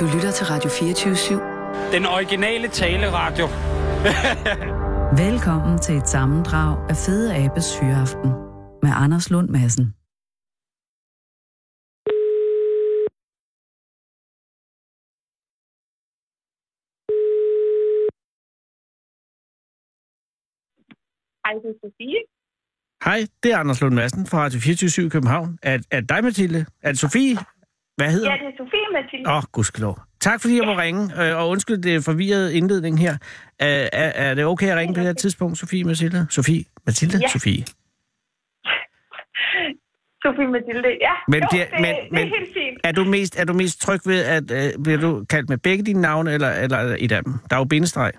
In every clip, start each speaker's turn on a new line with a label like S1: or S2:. S1: Du lytter til Radio 24
S2: Den originale taleradio.
S1: /7. Velkommen til et sammendrag af Fede Abes Hyreaften med Anders Lund Madsen.
S3: Hej, det er Sofie.
S4: Hej, det er Anders Lund Madsen fra Radio 24 i København. Er, er det dig, Mathilde? Er det Sofie? Hvad hedder
S3: Ja, det er Sofie, Mathilde.
S4: Åh, oh, gudskelov. Tak fordi jeg må ringe, øh, og undskyld det forvirrede indledning her. Er, er, er det okay at ringe på det her tidspunkt, Sofie Mathilde? Sofie? Mathilde?
S3: Ja.
S4: Sofie?
S3: Sofie Mathilde, ja.
S4: Men
S3: jo,
S4: bliver-
S3: det,
S4: men-
S3: det,
S4: men-
S3: er helt fint.
S4: Er du mest, er du mest tryg ved, at øh, bliver du kaldt med begge dine navne, eller, eller et af dem? Der er jo bindestreg.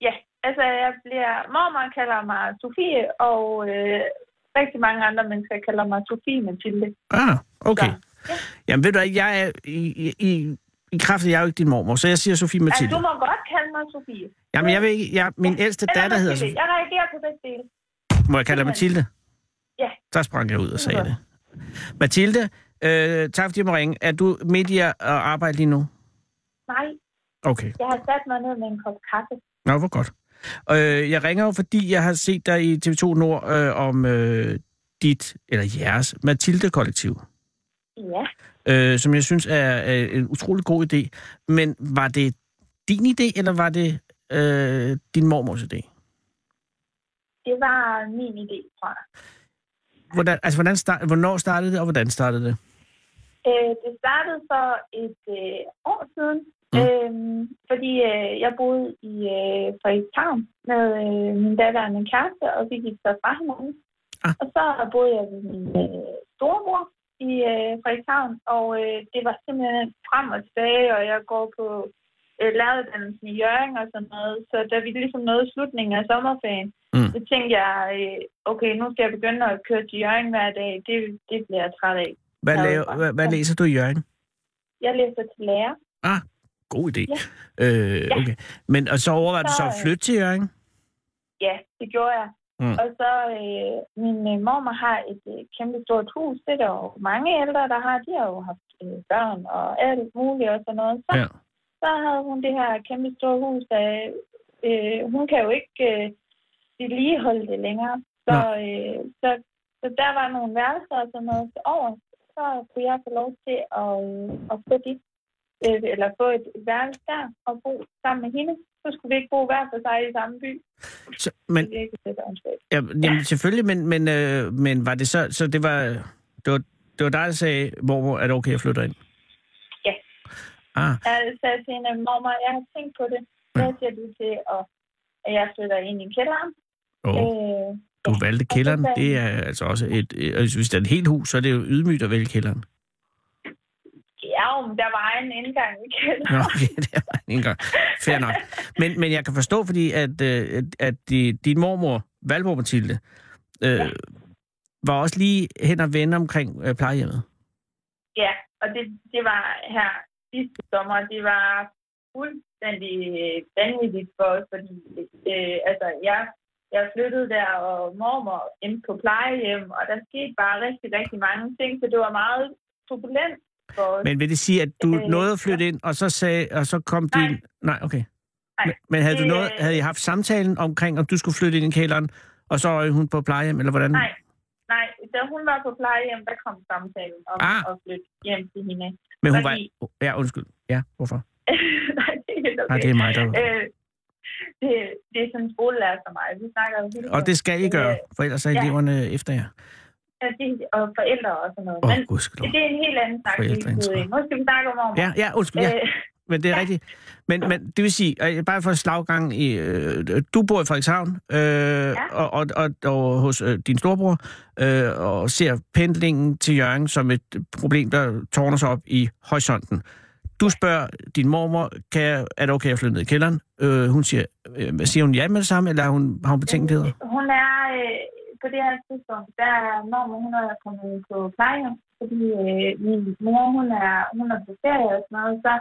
S3: Ja, altså jeg bliver... Mormor kalder mig Sofie, og øh, rigtig mange andre mennesker kalder mig Sofie Mathilde.
S4: Ah, okay.
S3: Så, ja.
S4: Jamen ved du hvad, jeg er i, i, i, i kraft af, jeg er jo ikke din mormor, så jeg siger Sofie
S3: Altså,
S4: Mathilde.
S3: du må godt kalde mig Sofie.
S4: Jamen jeg vil ikke, jeg, min ældste
S3: Eller
S4: datter hedder
S3: Mathilde.
S4: Sofie.
S3: Jeg reagerer på begge dele.
S4: Må jeg kalde dig
S3: Simpelthen.
S4: Mathilde?
S3: Ja.
S4: Der sprang jeg ud og sagde
S3: Det
S4: det. Mathilde, øh, tak fordi jeg må ringe. Er du midt i at at arbejde lige nu?
S3: Nej,
S4: Okay.
S3: jeg har sat mig ned med en kop kaffe.
S4: Nå, hvor godt. Øh, jeg ringer jo, fordi jeg har set dig i TV2 Nord øh, om øh, dit, eller jeres, Mathilde-kollektiv.
S3: Ja.
S4: Øh, som jeg synes er, er en utrolig god idé. Men var det din idé, eller var det øh, din mormors idé?
S3: Det var min idé, tror jeg.
S4: Hvordan, altså, hvordan start, hvornår startede det, og hvordan startede det?
S3: Øh, det startede for et øh, år siden,
S4: Mm.
S3: mm. øhm, fordi øh, jeg boede i øh, Frederikshavn med øh, min daværende kæreste, og vi gik så fra hinanden.
S4: Ah.
S3: Og så boede jeg ved min øh, stormor i øh, Frederikshavn, og øh, det var simpelthen frem og tilbage, og jeg går på øh, læreruddannelsen i Jørgen og sådan noget. Så da vi ligesom nåede slutningen af sommerferien,
S4: Mm.
S3: mm. så tænkte jeg, øh, okay, nu skal jeg begynde at køre til Jørgen hver dag. Det, det bliver jeg træt af.
S4: Hvad,
S3: Ja,
S4: laver,
S3: bare-
S4: hvad, hvad
S3: ja.
S4: læser du i Jørgen?
S3: Jeg læser til lærer.
S4: God idé. Ja. Øh,
S3: Ja.
S4: okay. Men og så overvejer du
S3: Så,
S4: så at
S3: øh,
S4: flytte til Jørgen?
S3: Ja, det gjorde jeg.
S4: Mm.
S3: Mm. Og så, øh, min øh, mormor har et øh, kæmpe stort hus. Det er der jo mange ældre, der har. De har jo haft øh, børn og alt muligt og sådan noget. Så,
S4: Ja.
S3: ja. så havde hun det her kæmpe store hus. Der, øh, hun kan jo ikke øh, vedligeholde det længere. Så, øh, så, så der var nogle værelser og sådan noget til over. Så kunne jeg få lov til at, øh, at få dit øh, eller få et værelse der og bo sammen med hende. Så skulle vi ikke bo hver for sig i samme by.
S4: Så, men,
S3: Det er ikke lidt åndssvagt.
S4: ja, jamen, selvfølgelig, men, men, øh, men var det så... Så det var, det var, det var dig, der sagde, hvor er det okay, jeg flytter ind?
S3: Ja.
S4: Ah,
S3: Jeg sagde til hende, mormor, jeg har tænkt på det. Hvad siger du til, at, at jeg flytter ind i kælderen?
S4: oh,
S3: Øh,
S4: du valgte kælderen.
S3: sagde
S4: Det er altså også et... øh, altså, Hvis det er et helt hus, så er det jo ydmygt at vælge kælderen.
S3: ja, men der var egen indgang i kælderen.
S4: Nå, okay, det var en gang. Fair nok. Men, men jeg kan forstå, fordi at, øh, at, at di- din mormor, Valborg Mathilde, øh, ja. var også lige hen og vende omkring øh, plejehjemmet.
S3: Ja, og det, det var her sidste sommer. Det var fuldstændig øh, vanvittigt for os, fordi øh, altså, jeg, jeg flyttede der, og mormor endte på plejehjem, og der skete bare rigtig, rigtig mange ting, så det var meget turbulent for os.
S4: Men vil det sige, at du øh,
S3: Øh,
S4: nåede at flytte ind, og så, sagde, og så kom
S3: Nej.
S4: din... Nej, okay.
S3: Nej,
S4: Men, men havde, du
S3: det,
S4: noget,
S3: øh,
S4: havde I haft samtalen omkring, om du skulle flytte ind i kælderen, og så røg hun på plejehjem, eller hvordan?
S3: Nej. Nej, da hun var på plejehjem, der kom samtalen om
S4: Ah.
S3: ah. at flytte hjem til hende.
S4: Men hun
S3: fordi-
S4: var... Ja, undskyld. Ja, hvorfor?
S3: Nej, det er helt okay.
S4: Nej, Ah, det er mig, der...
S3: øh, det, det er sådan en skolelærer for mig. Vi snakker jo hele
S4: Og det skal I
S3: men,
S4: gøre,
S3: øh,
S4: for ellers er
S3: ja.
S4: eleverne efter jer.
S3: tiden, og forældre og sådan noget.
S4: Åh,
S3: Men
S4: oh, gudskelov.
S3: det er en helt anden snak, vi er
S4: Forældreansvar.
S3: ude i. Nu skal vi snakke om mormor.
S4: Ja, ja, undskyld. Ja.
S3: Øh,
S4: Men det er ja. rigtigt. Men, men det vil sige, øh, bare for slaggang i... Øh, du bor i Frederikshavn, øh, ja. og, og, og, og hos øh, din storbror, øh, og ser pendlingen til Jørgen som et problem, der tårner sig op i horisonten. Du spørger din mormor, kan jeg, er det okay at flytte ned i kælderen? Øh, hun siger, øh, siger hun ja med det samme, eller har hun, har hun betænkeligheder?
S3: hun er øh, på det her tidspunkt, der er mormor, hun er kommet på plejehjem, fordi øh, min mor, hun er, hun er på ferie og sådan noget, så,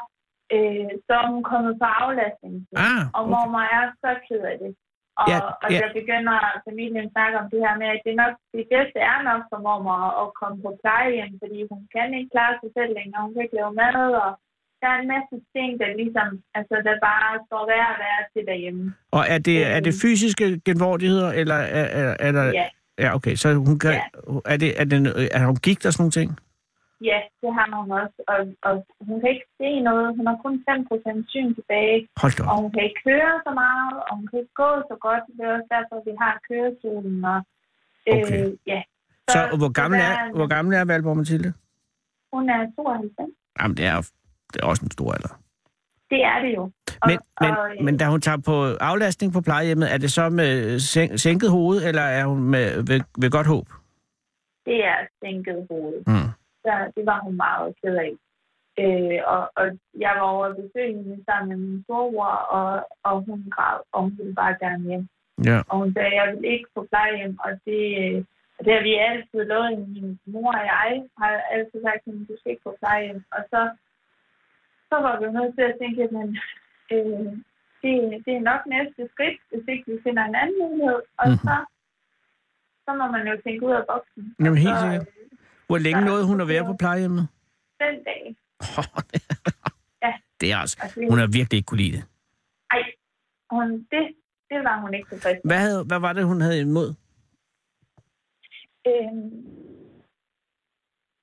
S3: øh, så er hun kommet på aflastning.
S4: Ah,
S3: Og
S4: okay.
S3: mormor er så ked af det. Og,
S4: Ja,
S3: ja, og
S4: ja.
S3: der begynder familien at snakke om det her med, at det, er nok, det bedste er nok for mormor at komme på plejehjem, fordi hun kan ikke klare sig selv længere. Hun kan ikke lave mad, og der er en masse ting, der ligesom, altså der bare står værre og værre til derhjemme.
S4: Og er det, er det fysiske genvordigheder, eller er, er, er der...
S3: Ja.
S4: Ja, okay. Så hun kan,
S3: Ja.
S4: er, det, er, det, er hun gigt og sådan nogle ting?
S3: Ja, det har hun også, og, og hun kan ikke se noget. Hun har kun 5% syn tilbage,
S4: Hold da
S3: og
S4: op.
S3: hun kan ikke køre så meget, og hun kan ikke gå så godt. Det er også derfor, vi har kørestolen, og øh,
S4: Okay.
S3: ja.
S4: Så, og hvor gammel
S3: der
S4: er, hvor gammel er Valborg Mathilde?
S3: Hun er 92.
S4: Jamen, det er, jo- det er også en stor alder.
S3: Det er det jo. Og,
S4: Men, men,
S3: og, øh,
S4: men da hun tager på aflastning på plejehjemmet, er det så med sænk- sænket hoved, eller er hun med, ved, ved godt håb?
S3: det er sænket hoved.
S4: Mm.
S3: Så det var hun meget ked af. Øh, og, og jeg var over at besøge hende sammen med min storebror, og, og hun græd, og hun ville bare gerne hjem.
S4: Ja.
S3: Og hun sagde, jeg vil ikke på plejehjem, og det, øh, og det har vi altid lovet hende. Min mor og jeg har altid sagt til hende, du skal ikke på plejehjem. Og så, så var vi nødt til at tænke, at øh, det, det er nok næste skridt, hvis ikke vi finder en anden mulighed. Og
S4: Mhm.
S3: så, så må man jo tænke ud af boksen. Og
S4: Jamen, helt
S3: så,
S4: sikkert.
S3: øh,
S4: Hvor længe
S3: Ja,
S4: nåede hun at være
S3: det
S4: på
S3: var-
S4: plejehjemmet?
S3: Den dag, Ja.
S4: det er også...
S3: altså,
S4: Hun har virkelig ikke kunne lide det.
S3: Ej, hun, det, det var hun ikke tilfreds med.
S4: Hvad, havde, hvad var det, hun havde imod?
S3: Øhm,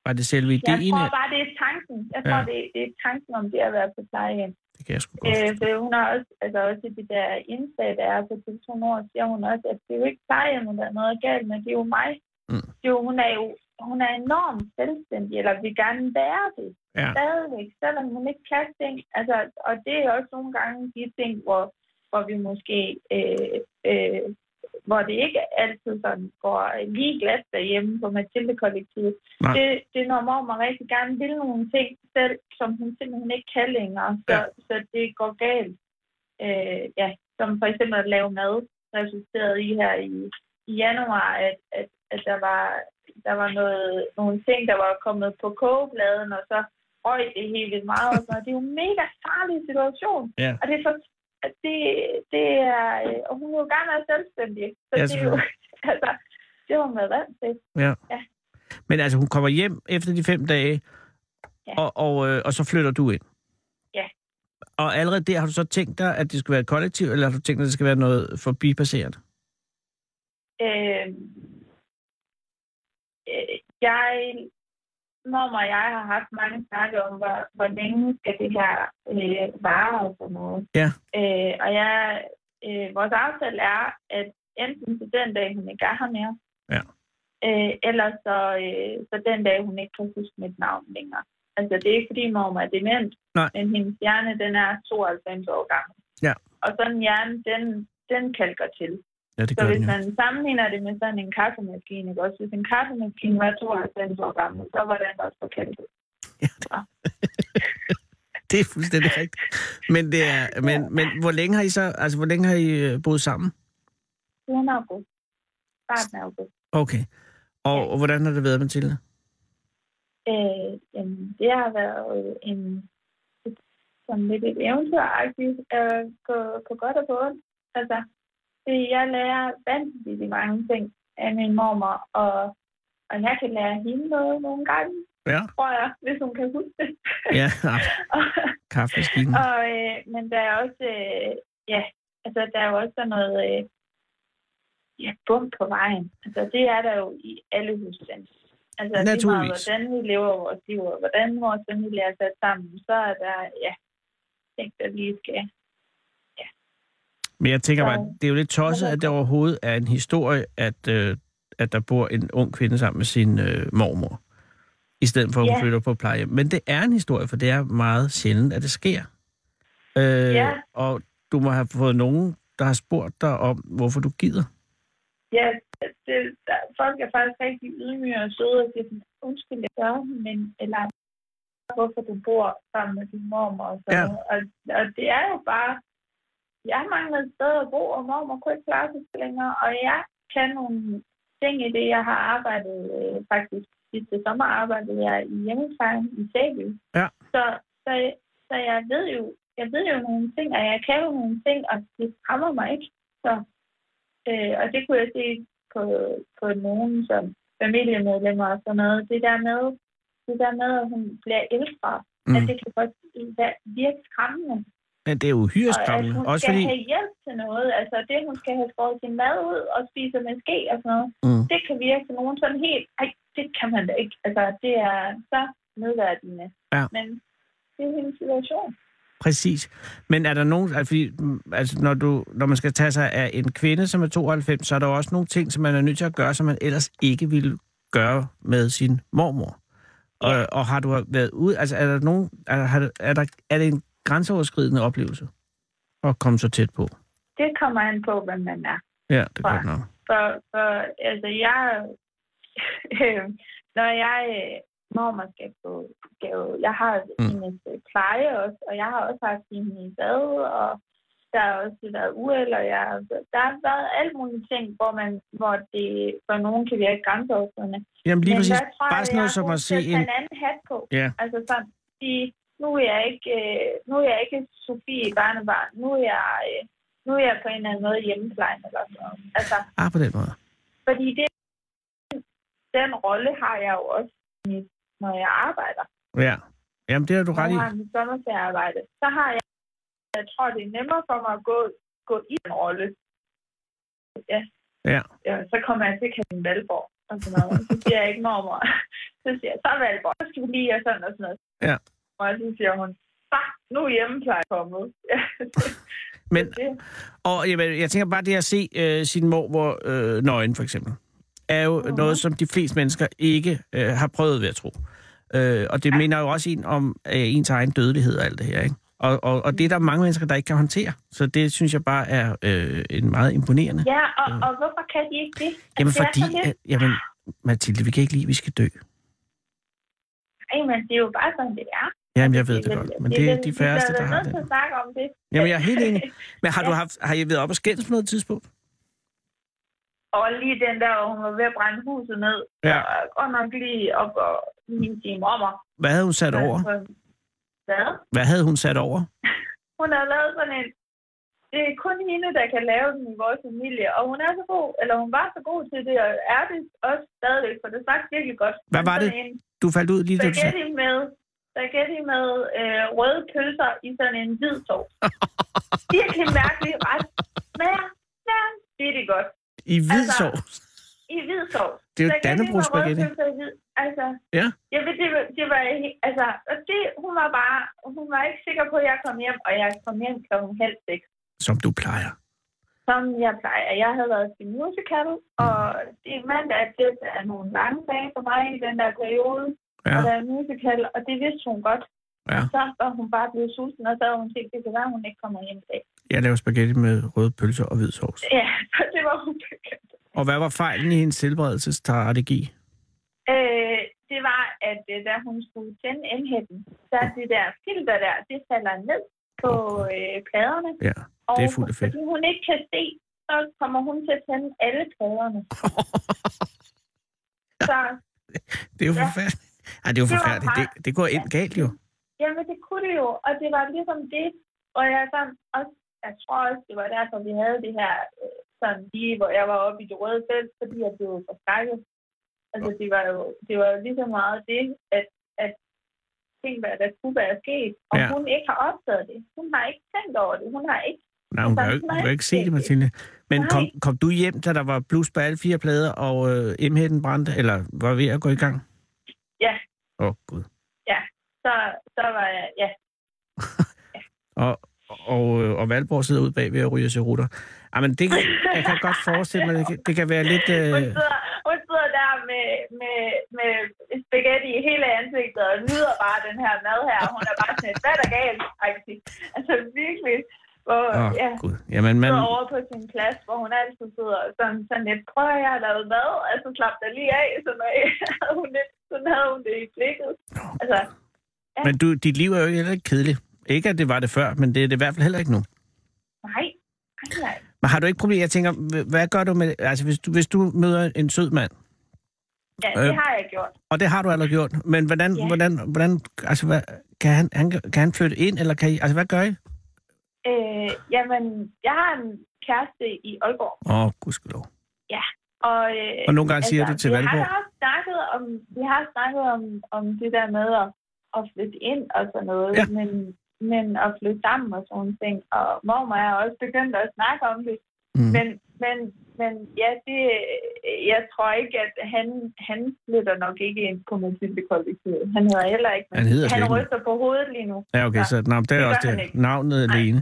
S4: Var det selve
S3: jeg
S4: ideen?
S3: tror
S4: af-
S3: bare, det er tanken. Jeg tror,
S4: Ja.
S3: det, det er tanken om det at være på plejehjem.
S4: Det kan jeg sgu godt.
S3: Øh, for hun har også, altså også i de der indslag, der er på TV2 Nord, siger hun også, at det er jo ikke plejehjemmet, der er noget galt med, det er jo mig.
S4: Mm.
S3: Det er jo, hun er jo hun er enormt selvstændig, eller vil gerne være det.
S4: Ja.
S3: Stadigvæk, selvom hun ikke kan ting. Altså, og det er også nogle gange de ting, hvor, hvor vi måske, øh, øh, hvor det ikke altid sådan går lige glat derhjemme på Mathilde-kollektivet.
S4: Nej.
S3: Det, det når mormor rigtig gerne vil nogle ting selv, som hun simpelthen ikke kan længere. Så,
S4: Ja.
S3: så det går galt. Øh, ja, som for eksempel at lave mad, resulterede i her i, i januar, at, at, at der var, der var noget, nogle ting, der var kommet på kogebladen, og så røg det helt vildt meget. Og så, det er jo en mega farlig situation.
S4: Ja.
S3: Og det er for, at det, det er, øh, og hun vil jo gerne være selvstændig. Så
S4: Ja,
S3: det er jo, altså, det har hun været vant til.
S4: Men altså, hun kommer hjem efter de fem dage,
S3: Ja.
S4: og, og, øh, og så flytter du ind?
S3: Ja.
S4: Og allerede der har du så tænkt dig, at det skal være et kollektiv, eller har du tænkt dig, at det skal være noget forbipasserende?
S3: Øh, øh, jeg, mormor og jeg har haft mange snakke om, hvor, hvor længe skal det her øh, vare og sådan noget.
S4: Ja.
S3: Øh, og jeg, øh, vores aftale er, at enten til den dag, hun ikke er her mere,
S4: Ja.
S3: øh, eller så, øh, så den dag, hun ikke kan huske mit navn længere. Altså, det er ikke, fordi mormor er dement,
S4: Nej.
S3: men hendes hjerne, den er 92 år gammel.
S4: Ja.
S3: Og sådan en hjerne, den, den kalker til.
S4: Ja, det
S3: Så
S4: gør den
S3: hvis
S4: jo.
S3: man sammenligner det med sådan en kaffemaskine, ikke? også hvis en kaffemaskine var 92 år gammel, så var den også forkendt.
S4: Det er fuldstændig rigtigt. Men, det er, men, men hvor længe har I så, altså, hvor længe har I øh, boet sammen?
S3: Siden august. Starten af august.
S4: Okay. Og, og hvordan har det været, Mathilde?
S3: Øh, jamen, det har været øh, en, et- sådan lidt et eventyragtigt øh, på, på godt og på ondt. Altså, det, jeg lærer vanvittigt mange ting af min mormor, og, og jeg kan lære hende noget nogle gange,
S4: Ja.
S3: tror jeg, hvis hun kan huske det.
S4: Ja, kaffemaskinen.
S3: Og, øh, men der er også, øh, ja, altså der er jo også sådan noget, øh, ja, bum på vejen. Altså det er der jo i alle husstande. Altså lige meget,
S4: Naturligvis.
S3: hvordan vi lever vores liv, og hvordan vores familie er sat sammen, så er der, ja, ting, der lige skal.
S4: Men jeg tænker bare,
S3: Så-
S4: det er jo lidt tosset, at det overhovedet er en historie, at, øh, at der bor en ung kvinde sammen med sin øh, mormor, i stedet for at hun
S3: Ja.
S4: flytter på plejehjem. Men det er en historie, for det er meget sjældent, at det sker. Øh,
S3: Ja.
S4: Og du må have fået nogen, der har spurgt dig om, hvorfor du gider.
S3: Ja, det, der, folk er faktisk rigtig ydmyge og søde og siger, sådan, undskyld, jeg gør, men eller hvorfor du bor sammen med din mormor og sådan
S4: Ja.
S3: ja. og, og det er jo bare, jeg manglede et sted at bo, og mormor kunne ikke klare sig længere, og jeg kan nogle ting i det, jeg har arbejdet øh, faktisk sidste sommer, arbejdede jeg i hjemmeplejen i Sæby.
S4: Ja.
S3: Så, så, så jeg ved jo, jeg ved jo nogle ting, og jeg kan jo nogle ting, og det skræmmer mig ikke. Så, øh, og det kunne jeg se på, på nogen som familiemedlemmer og sådan noget. Det der med, det der med at hun bliver ældre, Mm. At det kan godt være- virke skræmmende.
S4: Ja, det er uhyre skræmmende.
S3: Og at hun
S4: Også
S3: skal
S4: fordi...
S3: have hjælp til noget. Altså det, hun skal have skåret sin mad ud og spise med ske og sådan noget.
S4: Mm.
S3: Det kan virke for nogen sådan helt, ej, det kan man da ikke. Altså det er så nedværdigende.
S4: Ja.
S3: Men det er hendes situation.
S4: Præcis. Men er der nogen, altså, fordi, mm, altså når, du, når man skal tage sig af en kvinde, som er 92, så er der jo også nogle ting, som man er nødt til at gøre, som man ellers ikke ville gøre med sin mormor. Og, og har du været ud, altså er der nogen, er, der- har du- er, der, er det en grænseoverskridende oplevelse at komme så tæt på?
S3: Det kommer an på, hvem man er.
S4: Ja, det er
S3: Nej.
S4: godt nok.
S3: For, for altså, jeg... Øh, når jeg... Øh, mormor skal på gave. Jeg har mm. hendes øh, pleje også, og jeg har også haft hende i bad, og der har også været uheld, og jeg, der har været alle mulige ting, hvor, man, hvor det for nogen kan virke grænseoverskridende.
S4: Jamen lige
S3: Men
S4: præcis,
S3: der tror jeg,
S4: bare sådan
S3: jeg
S4: noget som
S3: kunne
S4: at se
S3: sætte
S4: en...
S3: en anden hat på.
S4: Ja,
S3: Altså sådan, sige, nu er jeg ikke, øh, nu er jeg ikke Sofie barnebarn, nu er jeg, øh, nu er jeg på en eller anden måde hjemmeplejen eller sådan noget. Altså,
S4: ah, på den måde.
S3: fordi det, den rolle har jeg jo også, i- når jeg arbejder.
S4: Ja. Jamen det har du
S3: Når
S4: ret i.
S3: jeg har mit sommerferiearbejde, så har jeg, jeg tror, det er nemmere for mig at gå, gå i en rolle. Ja.
S4: Ja.
S3: ja. Så kommer jeg til Karin Valborg og sådan noget. Så siger jeg ikke mormor. Så siger jeg, så er Valborg, så skal vi lige og sådan og sådan noget.
S4: Ja.
S3: Og så siger hun, fuck, nu er hjemmepleje kommet. Ja,
S4: Men
S3: det,
S4: Og jamen, jeg tænker bare det at se øh, sin mormor øh, nøgen, for eksempel, er jo uh-huh. noget, som de fleste mennesker ikke øh, har prøvet ved at tro. Øh, og det ja. minder jo også en om øh, ens egen dødelighed og alt det her, ikke? Og, og, og det er der mange mennesker, der ikke kan håndtere. Så det synes jeg bare er øh, en meget imponerende.
S3: ja og, og, hvorfor kan de ikke det? Altså,
S4: Jamen
S3: det er
S4: fordi,
S3: så lidt-
S4: at, jamen, Mathilde, vi kan ikke lide, at vi skal dø.
S3: Ej, men det er jo bare sådan, det er.
S4: Jamen, jeg ved det godt, men det er de færreste, der
S3: der
S4: har
S3: nødt til
S4: det.
S3: at snakke om det.
S4: Jamen, jeg er helt enig. Men har du haft, har I været op og skændes på noget tidspunkt?
S3: Og lige den der, hvor hun var ved at brænde huset ned.
S4: Ja.
S3: Og godt nok lige op og min time om mig.
S4: Hvad havde hun sat over?
S3: Hvad?
S4: Hvad havde hun sat over?
S3: Hun har lavet sådan en... Det er kun hende, der kan lave den i vores familie. Og hun er så god, eller hun var så god til det, og er det også stadigvæk, for det smagte virkelig godt.
S4: Hvad var
S3: Sådan
S4: det?
S3: En
S4: Du faldt ud lige, da du sagde...
S3: spaghetti med, spaghetti med øh, røde pølser i sådan en hvid sovs. virkelig mærkelig ret. Smager, smager, det er det godt.
S4: I hvid
S3: Altså-
S4: sovs?
S3: i hvid sovs.
S4: Det er jo
S3: Så jeg kan
S4: Dannebrogs
S3: lide, hvor røde
S4: spaghetti.
S3: pølser er i hvid. Altså,
S4: Ja.
S3: jeg ved, det, var- det var, he- altså, og det, hun var bare, hun var ikke sikker på, at jeg kom hjem, og jeg kom hjem klokken halv seks,
S4: Som du plejer.
S3: som jeg plejer. Jeg havde været til musical, og det er mandag, det er nogle lange dage for mig i den der periode,
S4: Ja.
S3: ja. og der er musical, og det vidste hun godt.
S4: Ja.
S3: Og Så var hun bare blevet sulten, og så havde hun tænkt, det kan være, hun ikke kommer hjem i dag.
S4: Jeg laver spaghetti med røde pølser og hvid sovs.
S3: Ja, så det var hun bekendt.
S4: Og hvad var fejlen i hendes helbredelsesstrategi?
S3: Øh, det var, at øh, da hun skulle tænde elhætten, så er det der filter der, det falder ned på øh, pladerne.
S4: Ja.
S3: Og
S4: det er fuldt af fedt.
S3: fordi hun ikke kan se, så kommer hun til at tænde alle pladerne. så
S4: Det er jo
S3: Ja.
S4: forfærdeligt. Ej, det er jo
S3: Det var
S4: forfærdeligt.
S3: mig.
S4: Det, det går ind galt jo.
S3: jamen, det kunne det jo, og det var ligesom det, og jeg, sådan, også, jeg tror også, det var derfor, vi havde det her, øh, sådan lige, hvor jeg var oppe i det røde felt, fordi jeg blev forskrækket. Altså, det var jo, det var jo lige så meget det, at, at ting, hvad der kunne være sket, og
S4: Ja.
S3: ja. hun ikke har opdaget det. Hun har ikke tænkt over det. Hun har ikke...
S4: Nej, hun kan jo ikke, hun kan jo ikke se det, Mathilde. Men
S3: Nej.
S4: kom, kom du hjem, da der var blues på alle fire plader, og øh, M-hætten brændte, eller var ved at gå i gang?
S3: Ja.
S4: Åh, oh, Gud.
S3: Så, så var jeg... Ja,
S4: Og, og, øh, og Valborg sidder ud bag ved at ryge sig rutter. Ej, men det, jeg kan godt forestille mig, det kan, det kan være lidt...
S3: hun
S4: Øh,
S3: sidder, hun sidder der med, med, med spaghetti i hele ansigtet og nyder bare den her mad her. Hun er bare sådan, et, hvad er der galt? agtig. Altså virkelig. Hvor,
S4: åh,
S3: ja,
S4: Gud. Jamen, man,
S3: sidder over på sin plads, hvor hun altid sidder sådan, sådan lidt, prøv at høre, jeg har lavet mad, altså slap dig lige af, sådan, havde hun lidt, sådan havde hun det i blikket. Altså,
S4: Men du, dit liv er jo heller ikke kedeligt. Ikke at det var det før, men det er det i hvert fald heller ikke nu.
S3: nej, nej, nej.
S4: Men har du ikke problemer? Jeg tænker, h- hvad gør du med... Altså, hvis du, hvis du møder en sød mand,
S3: Ja, det
S4: Øh.
S3: har jeg gjort.
S4: og det har du allerede gjort, men hvordan,
S3: Ja.
S4: hvordan, hvordan altså, hvad, kan, han, han, kan han flytte ind, eller kan I, altså, hvad gør I?
S3: Øh, jamen, jeg har en kæreste i Aalborg,
S4: Åh, oh, gudskelov.
S3: og, øh,
S4: Og nogle gange siger du til
S3: vi
S4: Valborg?
S3: Har også snakket om, vi har snakket om, om det der med at, at flytte ind og sådan noget,
S4: Ja.
S3: ja. men, men at flytte sammen og sådan nogle ting. Og mormor er også begyndt at snakke om det.
S4: Mm.
S3: Men, men, men ja, det, jeg tror ikke, at han, han flytter nok ikke ind på Mathilde-kollektivet. Han hedder heller ikke.
S4: Han hedder slet
S3: han
S4: ikke.
S3: ryster på hovedet lige nu.
S4: Ja, okay, så nå, men det er
S3: Det
S4: også
S3: gør han
S4: det.
S3: ikke.
S4: Navnet
S3: Nej.
S4: alene.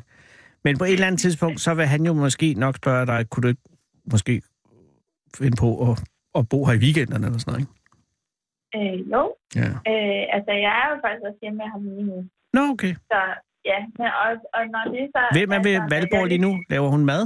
S4: Men på et eller andet tidspunkt, så vil han jo måske nok spørge dig, kunne du ikke måske finde på at, at bo her i weekenderne eller sådan noget, ikke?
S3: Øh, jo,
S4: Ja.
S3: øh, altså jeg er jo faktisk også hjemme med ham lige nu.
S4: Nå, okay.
S3: Så ja, men og, og når det så...
S4: Hvem er ved
S3: altså,
S4: Valborg
S3: jeg-
S4: lige nu? Laver hun mad?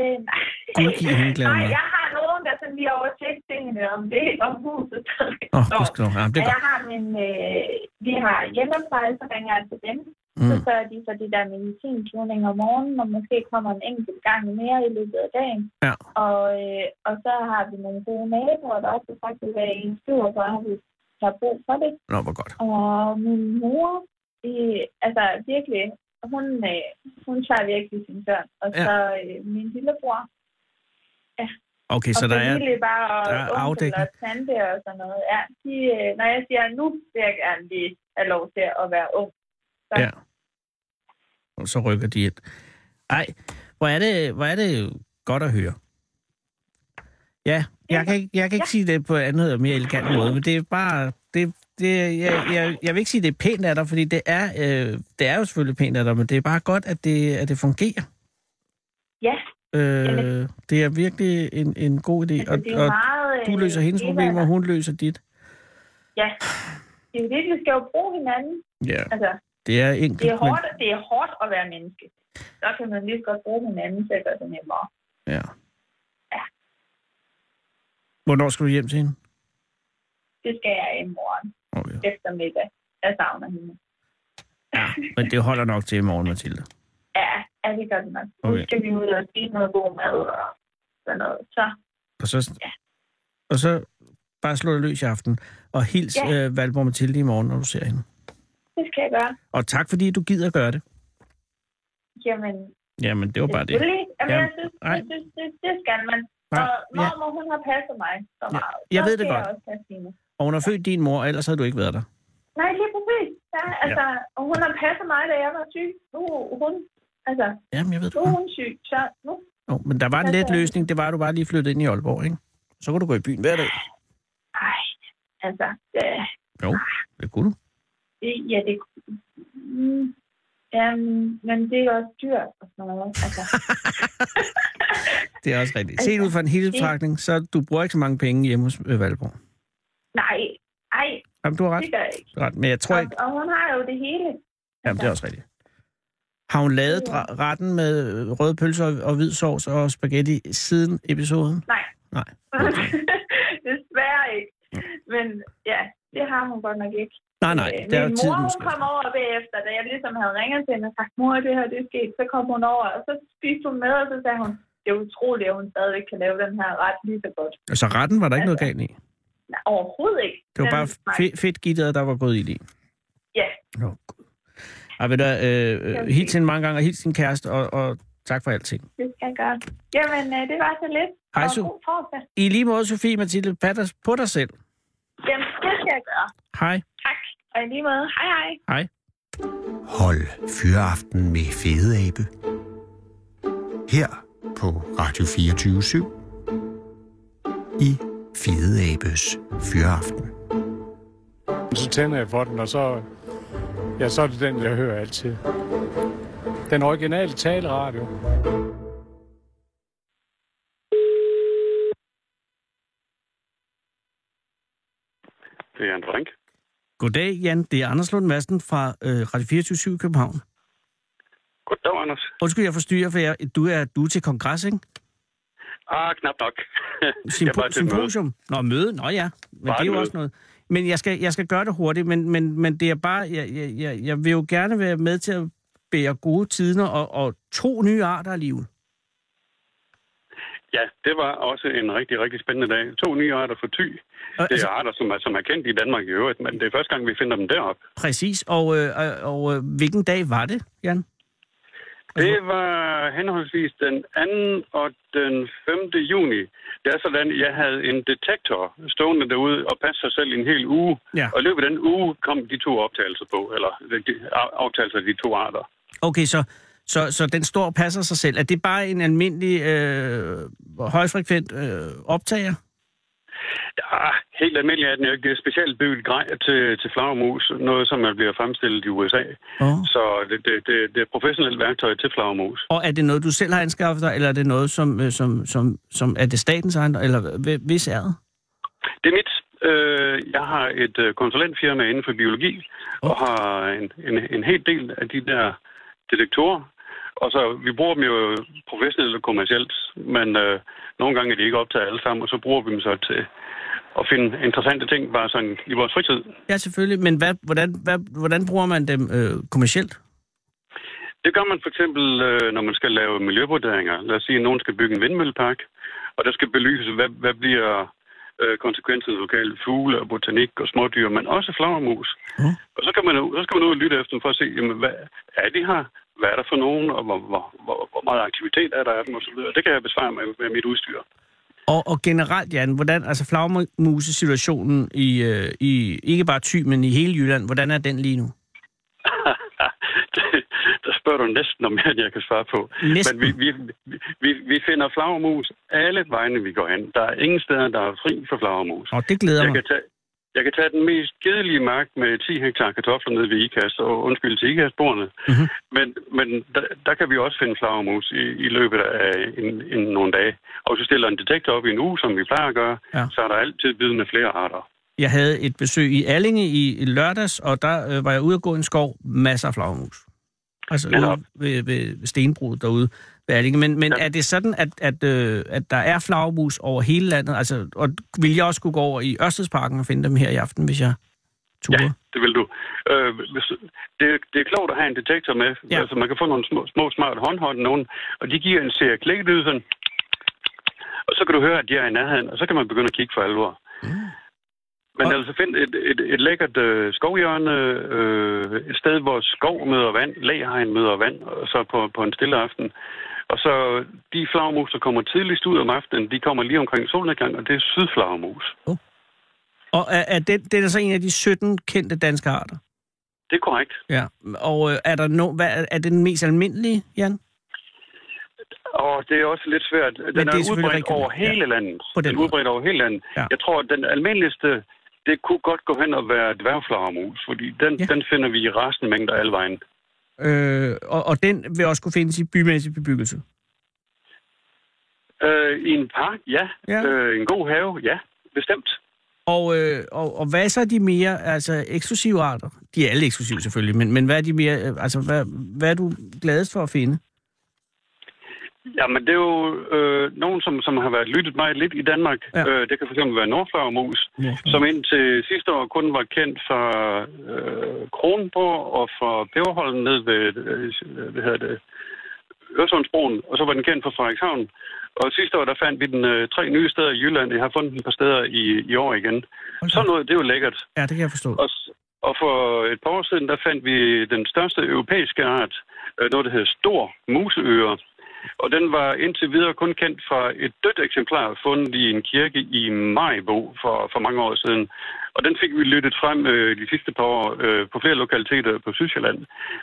S3: Øh, nej.
S4: Gud give hende glæder
S3: nej,
S4: mig.
S3: jeg har nogen, der sådan lige over tjekke tingene om det, om huset.
S4: Åh,
S3: Nå.
S4: oh, gudskelov. Ja, det er
S3: jeg
S4: godt.
S3: har min, øh, vi har hjemmepleje, så ringer jeg til dem. Mm. Så
S4: Mm.
S3: sørger de for de der medicinklodning om morgenen, og måske kommer en enkelt gang mere i løbet af dagen.
S4: Ja.
S3: Og, øh, og så har vi nogle gode naboer, der også faktisk er i en stor, så har vi har brug for det.
S4: Nå, hvor godt.
S3: Og min mor, øh, altså virkelig, hun, øh, hun tager virkelig sin dør. Og
S4: Ja.
S3: ja. så øh, min lillebror,
S4: Okay, så
S3: og
S4: der er...
S3: familie bare og
S4: der er
S3: onkel
S4: afdækning.
S3: og tante og sådan noget. Ja, de, øh, når jeg siger, nu vil jeg gerne lige have lov til at være ung.
S4: Ja. Og så rykker de ind. Ej, hvor er det, hvor er det godt at høre. Ja, jeg kan ikke, jeg kan ikke ja. sige det på andet og mere elegant måde, men det er bare... Det, det, jeg, jeg, jeg vil ikke sige, det er pænt af dig, fordi det er, øh, det er jo selvfølgelig pænt af dig, men det er bare godt, at det, at det fungerer.
S3: Ja,
S4: Øh, det er virkelig en, en god idé,
S3: altså,
S4: og,
S3: det er jo
S4: og
S3: meget... øh,
S4: du løser hendes
S3: det,
S4: problemer, og
S3: der-
S4: hun løser dit.
S3: Ja, det er jo det, vi skal jo bruge hinanden.
S4: Ja,
S3: Altså,
S4: det er
S3: det
S4: enkelt,
S3: er hårdt, det er hårdt at være menneske. Så kan man lige så godt bruge hinanden til at gøre det nemmere.
S4: men... Ja.
S3: Ja.
S4: Hvornår skal du hjem til hende?
S3: Det skal jeg i morgen
S4: Okay.
S3: eftermiddag. Jeg savner hende.
S4: Ja, men det holder nok til i morgen, Mathilde.
S3: Ja, ja det gør det nok.
S4: Okay.
S3: Nu skal vi ud og spise noget god mad og sådan noget. Så
S4: Og så, og så bare slå dig løs i aften. Og hils ja.
S3: Ja.
S4: øh, Valborg Mathilde i morgen, når du ser hende.
S3: det skal jeg gøre.
S4: Og tak, fordi du gider gøre det.
S3: Jamen,
S4: Jamen, det var bare det.
S3: Selvfølgelig. Jamen,
S4: Jamen,
S3: jeg synes,
S4: nej.
S3: jeg synes det, det skal man.
S4: Nej,
S3: Og
S4: ja.
S3: mormor, hun har passet mig så
S4: Ja,
S3: meget.
S4: jeg
S3: Så
S4: ved det
S3: skal
S4: godt.
S3: Jeg også passe hende.
S4: Og hun har født din mor, ellers havde du ikke været der.
S3: Nej, lige præcis. Ja, altså, og hun har passet mig, da jeg var syg. Nu er hun, altså,
S4: Jamen, jeg ved det
S3: nu er
S4: godt.
S3: hun syg, så nu...
S4: Oh, men der var en
S3: Altså,
S4: let løsning. Det var, at du bare lige flyttede ind i Aalborg, ikke? Så kunne du gå i byen hver dag.
S3: Ej, altså, øh,
S4: Jo, det kunne du.
S3: det- ja, det... Mm, jamen, men det er også dyrt og sådan noget. Altså,
S4: Det er også rigtigt. Set ud fra en
S3: Altså,
S4: helhedsbetragtning, så du bruger ikke så mange penge hjemme hos øh, Valborg.
S3: nej, ej,
S4: Jamen, du har ret.
S3: det gør jeg ikke.
S4: Du har ret. Men jeg tror
S3: Og,
S4: ikke...
S3: og hun har jo det hele.
S4: Jamen, det er også rigtigt. Har hun lavet
S3: Ja.
S4: dra- retten med øh, røde pølser og- og hvid sovs og spaghetti siden episoden?
S3: Nej.
S4: Nej.
S3: Desværre ikke. Men ja, det har hun godt nok ikke.
S4: Nej, nej,
S3: Øh,
S4: det er jo
S3: Min
S4: tid
S3: mor, hun
S4: måske.
S3: kom over bagefter, da jeg ligesom havde ringet til hende og sagt, mor, det her, det er sket. Så kom hun over, og så spiste hun med, og så sagde hun, det er utroligt, at hun stadigvæk kan lave den her ret lige så godt.
S4: Altså, retten var der ikke noget galt i.
S3: Nej, overhovedet ikke.
S4: Det var
S3: Den
S4: bare
S3: smagte-
S4: fe- fedtgitteret, der var gået i det.
S3: Ja,
S4: Nå, gud. Ej, ved du, hvad, øh, øh,
S3: Jeg
S4: hils hende mange gange, og hils din kæreste, og, og tak for alting.
S3: det skal jeg gøre. Jamen, øh, det var så lidt.
S4: Hej,
S3: Og
S4: Su.
S3: god torsdag.
S4: I lige måde, Sofie Mathilde, pat dig på dig selv.
S3: Jamen, det skal jeg gøre.
S4: Hej.
S3: Tak. Og i lige måde, hej hej.
S4: Hej.
S5: Hold Fyraften med Fede Abe. Her på Radio 24 i Fede Abes Fyraften.
S6: Så tænder jeg for den, og så, ja, så er det den, jeg hører altid. Den originale taleradio.
S7: Det er en drink.
S4: Goddag, Jan. Det er Anders Lund Madsen fra øh, Radio 24 i København.
S7: Goddag, Anders.
S4: Undskyld, jeg forstyrrer, for jeg, du, er, du er til kongres, ikke?
S7: Ah, knap nok. Jeg var
S4: Sympo-
S7: til et møde.
S4: symposium. Nå, møde. Nå ja, men
S7: Bare
S4: det er jo
S7: møde.
S4: også noget. Men jeg skal, jeg skal gøre det hurtigt, men, men, men det er bare, jeg, jeg, jeg, jeg vil jo gerne være med til at bære gode tider og, og to nye arter af livet.
S7: Ja, det var også en rigtig, rigtig spændende dag. To nye arter for ty.
S4: Og, altså,
S7: Det er arter, som er, som er kendt i Danmark i øvrigt, men det er første gang, vi finder dem derop.
S4: præcis, og, øh, og, og øh, hvilken dag var det, Jan?
S7: Det var henholdsvis den 2. og den 5. juni. Det er sådan, at jeg havde en detektor stående derude og passe sig selv i en hel uge.
S4: Ja.
S7: Og i løbet af den uge kom de to optagelser på, eller de, af- aftagelser af de to arter.
S4: Okay, så, så, så den står og passer sig selv. Er det bare en almindelig øh, højfrekvent øh, optager?
S7: Ah, helt almindelig er den jo ikke. Det er specielt bygget grej til, til flagermus, noget som man bliver fremstillet i USA.
S4: Oh.
S7: Så det, det, det, det er professionelt værktøj til flagermus.
S4: Og er det noget, du selv har anskaffet dig, eller er det noget, som, øh, som, som, som er det statens ejendom, eller hv- hvis er det?
S7: Det er mit. Øh, jeg har et øh, konsulentfirma inden for biologi, og har en, en, en hel del af de der detektorer. Og så, vi bruger dem jo professionelt og kommercielt, men øh, nogle gange er de ikke optaget alle sammen, og så bruger vi dem så til at finde interessante ting, bare sådan i vores fritid.
S4: Ja, selvfølgelig, men hvad, hvordan, hvad, hvordan bruger man dem øh, kommercielt?
S7: Det gør man for eksempel, øh, når man skal lave miljøvurderinger. Lad os sige, at nogen skal bygge en vindmøllepark, og der skal belyses, hvad, hvad bliver øh, konsekvensen af lokale fugle og botanik og smådyr, men også flagermus.
S4: Mm.
S7: Og så, kan man, ud- så skal man ud og lytte efter dem for at se, jamen, hvad er de her? Hvad er der for nogen, og hvor, hvor, hvor, hvor meget aktivitet er der af dem osv. Det kan jeg besvare med, med mit udstyr.
S4: Og, og generelt, Jan, hvordan, altså flagmusesituationen i, øh, i, ikke bare Thy, men i hele Jylland, hvordan er den lige nu?
S7: Det- der spørger du næsten om mere, end jeg kan svare på.
S4: Næsten.
S7: Men vi, vi, vi, vi finder flagermus alle vegne, vi går hen. Der er ingen steder, der er fri for flagermus.
S4: Og det glæder
S7: Jeg
S4: mig.
S7: kan, tage, jeg kan tage den mest kedelige mark med 10 hektar kartofler nede ved IKAS, og undskyld til IKAS-bordet.
S4: Mhm.
S7: Mm-hmm. Men, men der, der kan vi også finde flagermus i, i løbet af en, en, nogle dage. Og hvis vi stiller en detektor op i en uge, som vi plejer at gøre,
S4: Ja.
S7: ja. så er der altid viden af flere arter.
S4: Jeg havde et besøg i Allinge i, i lørdags, og der øh, var jeg ude at gå i en skov. Masser af flagermus. Altså
S7: Netop.
S4: ude ved, ved stenbruget derude ved Allinge. Men, men ja. er det sådan, at, at, øh, at der er flagermus over hele landet? Altså, og vil jeg også kunne gå over i Ørstedsparken og finde dem her i aften, hvis jeg turde?
S7: Ja, det vil du. Øh, hvis- det, det er klogt at have en detektor med,
S4: Ja.
S7: ja. altså man kan få nogle små, små smarte håndhold, nogen, og de giver en serie klikkelyd, sådan, og så kan du høre, at de er i nærheden, og så kan man begynde at kigge for alvor. Men
S4: Og-
S7: altså find et, et, et lækkert øh, skovhjørne, øh, et sted, hvor skov møder vand, læhegn møder vand, og så på, på en stille aften. Og så de flagmus, der kommer tidligst ud om aftenen, de kommer lige omkring solnedgang, og det er sydflagmus.
S4: Og er, er den, den er så en af de 17 kendte danske arter?
S7: Det er korrekt.
S4: Ja. Og øh, er, der no, hvad, er- er det den mest almindelige, Jan?
S7: Og det er også lidt svært. Den
S4: det er
S7: er,
S4: selvfølgelig
S7: udbredt
S4: rigtigt,
S7: over
S4: ja.
S7: hele landet.
S4: På den
S7: den er
S4: måde.
S7: udbredt over hele landet.
S4: Ja.
S7: Jeg tror, at den almindeligste, det kunne godt gå hen og være dværgflagermus, fordi den,
S4: Ja.
S7: ja. den finder vi i rasende mængder alle vejen.
S4: Øh, og, og den vil også kunne findes i bymæssig bebyggelse?
S7: Øh, I en park, ja.
S4: Ja.
S7: Øh, en god have, ja. Bestemt.
S4: Og, øh, og, og hvad så er de mere altså, eksklusive arter? De er alle eksklusive selvfølgelig, men, men hvad er de mere, øh, altså, hvad, hvad er du gladest for at finde?
S7: Jamen, det er jo øh, nogen, som, som har været lyttet meget lidt i Danmark.
S4: Ja.
S7: Ja. Øh, det kan fx være nordflagermus,
S4: Nordflagermus.
S7: som indtil sidste år kun var kendt fra øh, Kronborg og fra Peberholm ned ved øh, hvad hedder det, Øresundsbroen, og så var den kendt fra Frederikshavn. Og sidste år, der fandt vi den øh, tre nye steder i Jylland. Jeg har fundet den på steder i, i år igen.
S4: Hold da op.
S7: Sådan noget, det er jo lækkert.
S4: Ja, det kan jeg forstå.
S7: Og, s- og for et par år siden, der fandt vi den største europæiske art, øh, noget der hedder stor museøre. Og den var indtil videre kun kendt fra et dødt eksemplar, fundet i en kirke i Majbo for, for mange år siden. Og den fik vi lyttet frem øh, de sidste par år øh, på flere lokaliteter på Sydsjælland.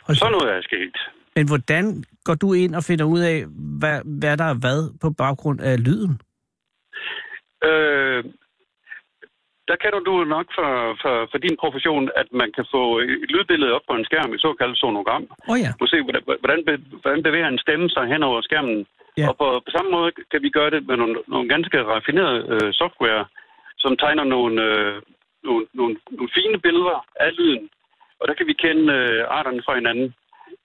S4: Hold da.
S7: Sådan noget er sket.
S4: Men hvordan går du ind og finder ud af, hvad, hvad der er hvad på baggrund af lyden?
S7: Øh, der kender du nok for, for, for din profession, at man kan få et lydbillede op på en skærm, et såkaldt sonogram.
S4: Åh oh, ja.
S7: Prøv at se, hvordan, hvordan, be- hvordan bevæger en stemme sig hen over skærmen.
S4: Ja.
S7: Ja. Og på, på samme måde kan vi gøre det med nogle, nogle ganske raffinerede øh, software, som tegner nogle, øh, nogle, nogle, nogle fine billeder af lyden. Og der kan vi kende øh, arterne fra hinanden.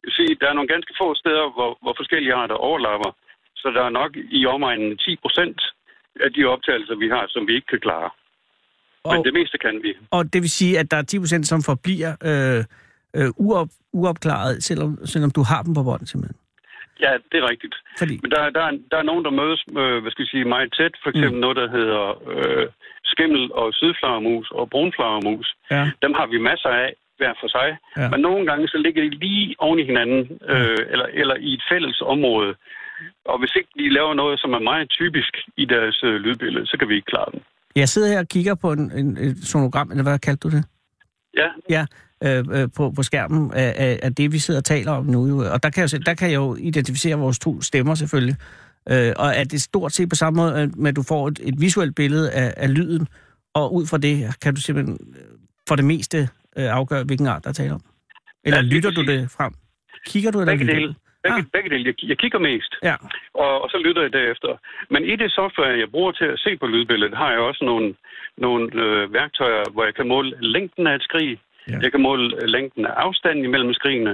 S7: Det vil sige, der er nogle ganske få steder, hvor, hvor forskellige arter overlapper. Så der er nok i omegnen 10 procent af de optagelser, vi har, som vi ikke kan klare. Oh. Men
S4: Og,
S7: det meste kan vi.
S4: og det vil sige, at der er 10% som forbliver øh, øh, uop, uopklaret, selvom, selvom du har dem på bånd simpelthen.
S7: Ja, det er rigtigt.
S4: Fordi,
S7: Men der, er- der, er- der er nogen, der mødes, øh, hvad skal vi sige, meget tæt. For eksempel mm. noget, der hedder øh, skimmel og sydflagermus og brunflagermus.
S4: ja.
S7: Dem har vi masser af, hver for sig.
S4: Ja.
S7: Ja. Men nogle gange, så ligger de lige oven i hinanden, øh, eller, eller i et fælles område. Og hvis ikke de laver noget, som er meget typisk i deres øh, lydbillede, så kan vi ikke klare dem.
S4: Jeg sidder her og kigger på en, en, en sonogram, eller hvad kaldte du det?
S7: Ja,
S4: Ja, øh, øh, på, på skærmen af, af, af det, vi sidder og taler om nu. jo. Og der kan jeg, jo se- der kan jeg jo identificere vores to stemmer selvfølgelig. Øh, og er det stort set på samme måde, øh, med at du får et, et visuelt billede af, af lyden, og ud fra det kan du simpelthen øh, for det meste øh, afgøre, hvilken art der er tale om? Eller ja,
S7: Ja, lige
S4: lytter du
S7: præcis.
S4: det frem? Kigger du eller
S7: begge
S4: lytter
S7: dele.
S4: du?
S7: Begge,
S4: Ah.
S7: ah. begge dele. Jeg, jeg kigger mest.
S4: Ja,
S7: og, og så lytter jeg derefter. Men i det software, jeg bruger til at se på lydbilledet, har jeg også nogle, nogle øh, værktøjer, hvor jeg kan måle længden af et skrig.
S4: Ja.
S7: Ja. Jeg kan måle øh, længden af afstanden imellem skrigene.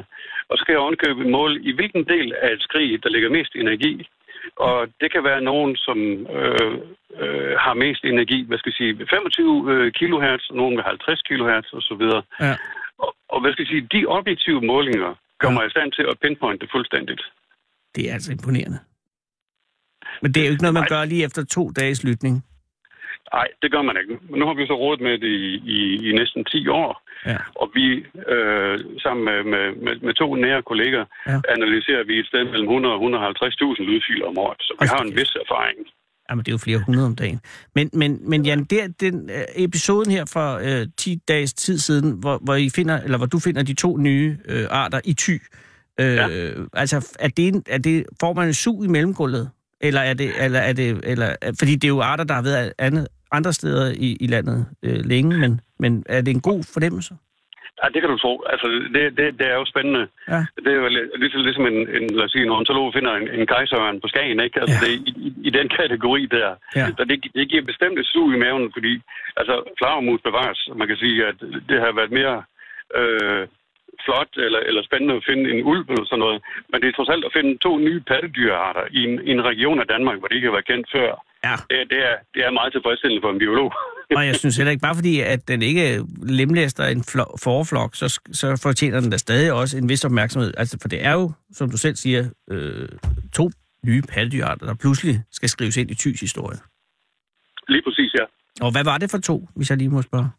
S7: Og så kan jeg ovenkøbe måle, i hvilken del af et skrig, der ligger mest energi. Og det kan være nogen, som øh, øh, har mest energi, hvad skal jeg sige, ved 25 øh, kHz, og nogen med 50 kHz osv.
S4: ja.
S7: Og, og hvad skal jeg sige, de objektive målinger kommer ja. i stand til at pinpointe fuldstændigt.
S4: Det er altså imponerende. Men det er jo ikke noget, man
S7: Nej.
S4: gør lige efter to dages lytning.
S7: Nej, det gør man ikke. Nu har vi så rådet med det i, i, i næsten 10 år,
S4: Ja.
S7: og vi øh, sammen med, med, med, med to nære kolleger
S4: Ja.
S7: ja. analyserer vi et sted mellem 100 og 150.000 lydfiler om året, så vi
S4: Hold
S7: har
S4: da
S7: en
S4: kæft.
S7: vis erfaring.
S4: Jamen, det er jo flere hundrede om dagen. Men, men, men Jan, der, den øh, episoden her for øh, 10 dages tid siden, hvor, hvor, I finder, eller hvor du finder de to nye øh, arter i ty, øh, ja. altså, er det, en- er det, får man en sug i mellemgulvet? Eller er det, eller er det, eller, øh, fordi det er jo arter, der har været andet, andre steder i, i landet øh, længe, men, men er det en god fornemmelse?
S7: Ja, det kan du tro. Altså, det, det, det er jo spændende.
S4: Ja.
S7: Det er jo lidt- lidt, ligesom en, en lad os sige, en ontolog finder en, en kejseren på Skagen, ikke? Altså,
S4: Ja.
S7: ja. det, er i, i, i, den kategori der.
S4: Ja.
S7: Så det, det giver bestemt et sug i maven, fordi altså, flagermus bevares. Man kan sige, at det har været mere øh, flot eller, eller spændende at finde en ulv eller sådan noget. Men det er trods alt at finde to nye pattedyrarter i en, i en region af Danmark, hvor det ikke har været kendt før.
S4: Ja.
S7: Det, er- det, er, det er meget tilfredsstillende for en biolog.
S4: Og jeg synes heller ikke, bare fordi at den ikke lemlæster en flo- forflok, så, sk- så fortjener den da stadig også en vis opmærksomhed. Altså, for det er jo, som du selv siger, øh, to nye pattedyrarter, der pludselig skal skrives ind i Thys historie.
S7: Lige præcis, ja.
S4: Og hvad var det for to, hvis jeg lige må spørge?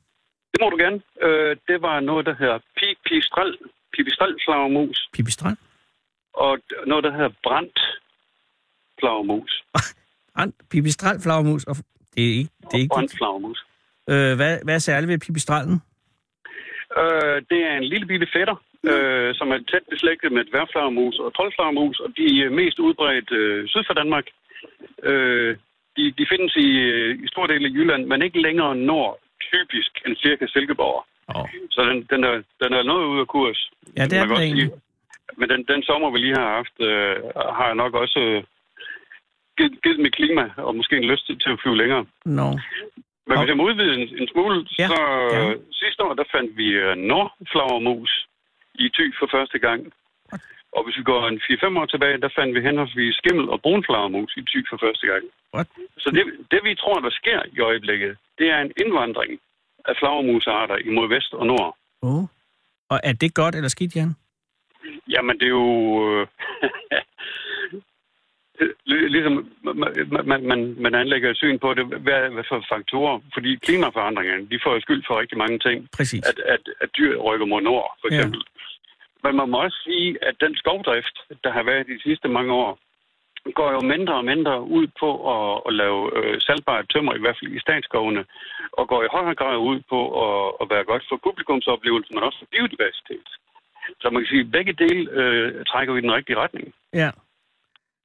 S7: Det må du gerne. Øh, det var noget, der hedder pipistrel, pipistrelflagermus,
S4: Pipistrand?
S7: og d- noget, der hedder brændt flagermus.
S4: Pipistrand, flagermus og... Det er ikke... Det er
S7: Og
S4: ikke
S7: brændt flagermus.
S4: øh, hvad, hvad er særligt ved pipistranden?
S7: Øh, det er en lille bitte fætter, øh, som er tæt beslægtet med dværgflagermus og troldflagermus, og de er mest udbredt øh, syd for Danmark. Øh, de, de findes i, øh, i store dele af Jylland, men ikke længere nord, typisk end cirka Silkeborg.
S4: Oh.
S7: Så den, den, er, den er noget ude af kurs.
S4: Ja, det er
S7: Man kan
S4: den
S7: også
S4: egentlig.
S7: sige, Men den, den sommer, vi lige har haft, øh, har jeg nok også øh, givet, givet mit klima og måske en lyst til, til at flyve længere.
S4: Nå.
S7: Men
S4: Og-
S7: hvis jeg må udvide en, en smule,
S4: Ja,
S7: ja. så
S4: gerne.
S7: ja. sidste år, der fandt vi øh, nordflagermus i Thy for første gang. Og hvis vi går en 4-5 år tilbage, der fandt vi henholdsvis skimmel og brunflagermus i Thy for første gang.
S4: What?
S7: Så det, det, vi tror, der sker i øjeblikket, det er en indvandring af flagermusarter imod vest og nord.
S4: Oh. Og er det godt eller skidt, Jan?
S7: Jamen, det er jo... øh, lig- ligesom man, man, man, man anlægger et syn på det, hvad, hvad for faktorer, fordi klimaforandringerne, de får jo skyld for rigtig mange ting,
S4: Præcis.
S7: at, at, at dyr rykker mod nord, for
S4: Ja.
S7: eksempel. Ja. Men man må også sige, at den skovdrift, der har været de sidste mange år, går jo mindre og mindre ud på at, at lave øh, salgbare tømmer, i hvert fald i statsskovene, og går i højere grad ud på at, at være godt for publikumsoplevelsen, men også for biodiversitet. Så man kan sige, at begge dele øh, trækker i den rigtige retning.
S4: Ja.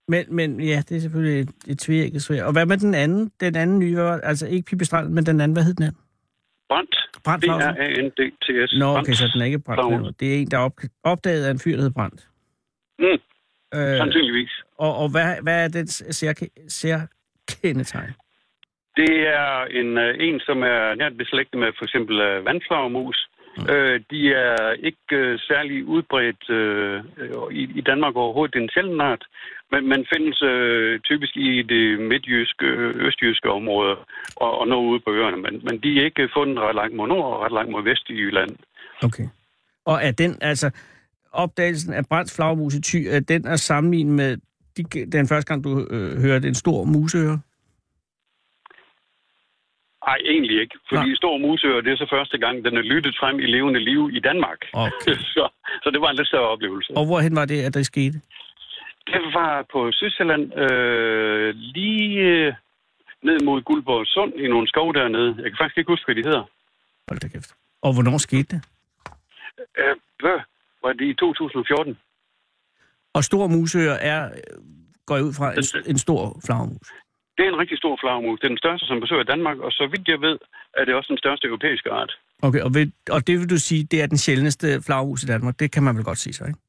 S4: Men, men ja, det er selvfølgelig et, et tvækket svær. Og hvad med den anden? Den anden nye, hvad var- altså ikke Pipistrand, men den anden, hvad hed den anden?
S7: Brandt.
S4: Brandt
S7: b
S4: Clausen?
S7: r a n d t s
S4: Nå, okay, så den er ikke brændt.
S7: Clausen.
S4: endnu. Det er en, der er op, opdaget af en fyr, der hed Brandt.
S7: Mm,
S4: Øh,
S7: sandsynligvis.
S4: og og hvad, hvad er dens særke- særkendetegn?
S7: Det er en, øh, en som er nært beslægtet med for eksempel øh, vandflagermus. Mm. Øh, de er ikke øh, særlig udbredt øh, øh, i, i Danmark overhovedet. Det er en sjælden art, men man findes øh, typisk i det midtjyske, øh, østjyske område og, og noget ude på øerne. Men, men de er ikke fundet ret langt mod nord og ret langt mod vest i Jylland.
S4: Okay. Og er den, altså opdagelsen af Brands flagmus i Thy, er den at sammenligne med de, den første gang, du øh, hørte en stor musehøre?
S7: Nej, egentlig ikke. Fordi Nå. Stor Musøer, det er så første gang, den er lyttet frem i levende liv i Danmark.
S4: Okay.
S7: så, så det var en lidt større oplevelse.
S4: Og hvorhen var det, at det skete?
S7: Det var på Sydsjælland, øh, lige øh, ned mod Guldborg Sund i nogle skov dernede. Jeg kan faktisk ikke huske, hvad de hedder.
S4: Hold da kæft. Og hvornår skete det?
S7: Øh, bør, var det i 2014?
S4: Og stor musøer er, går jeg ud fra, en, en stor flagermus.
S7: Det er en rigtig stor flagermus. Det er den største, som besøger Danmark, og så vidt jeg ved, er det også den største europæiske art.
S4: Okay, og, ved, og det vil du sige, det er den sjældneste flagermus i Danmark. Det kan man vel godt sige så, ikke?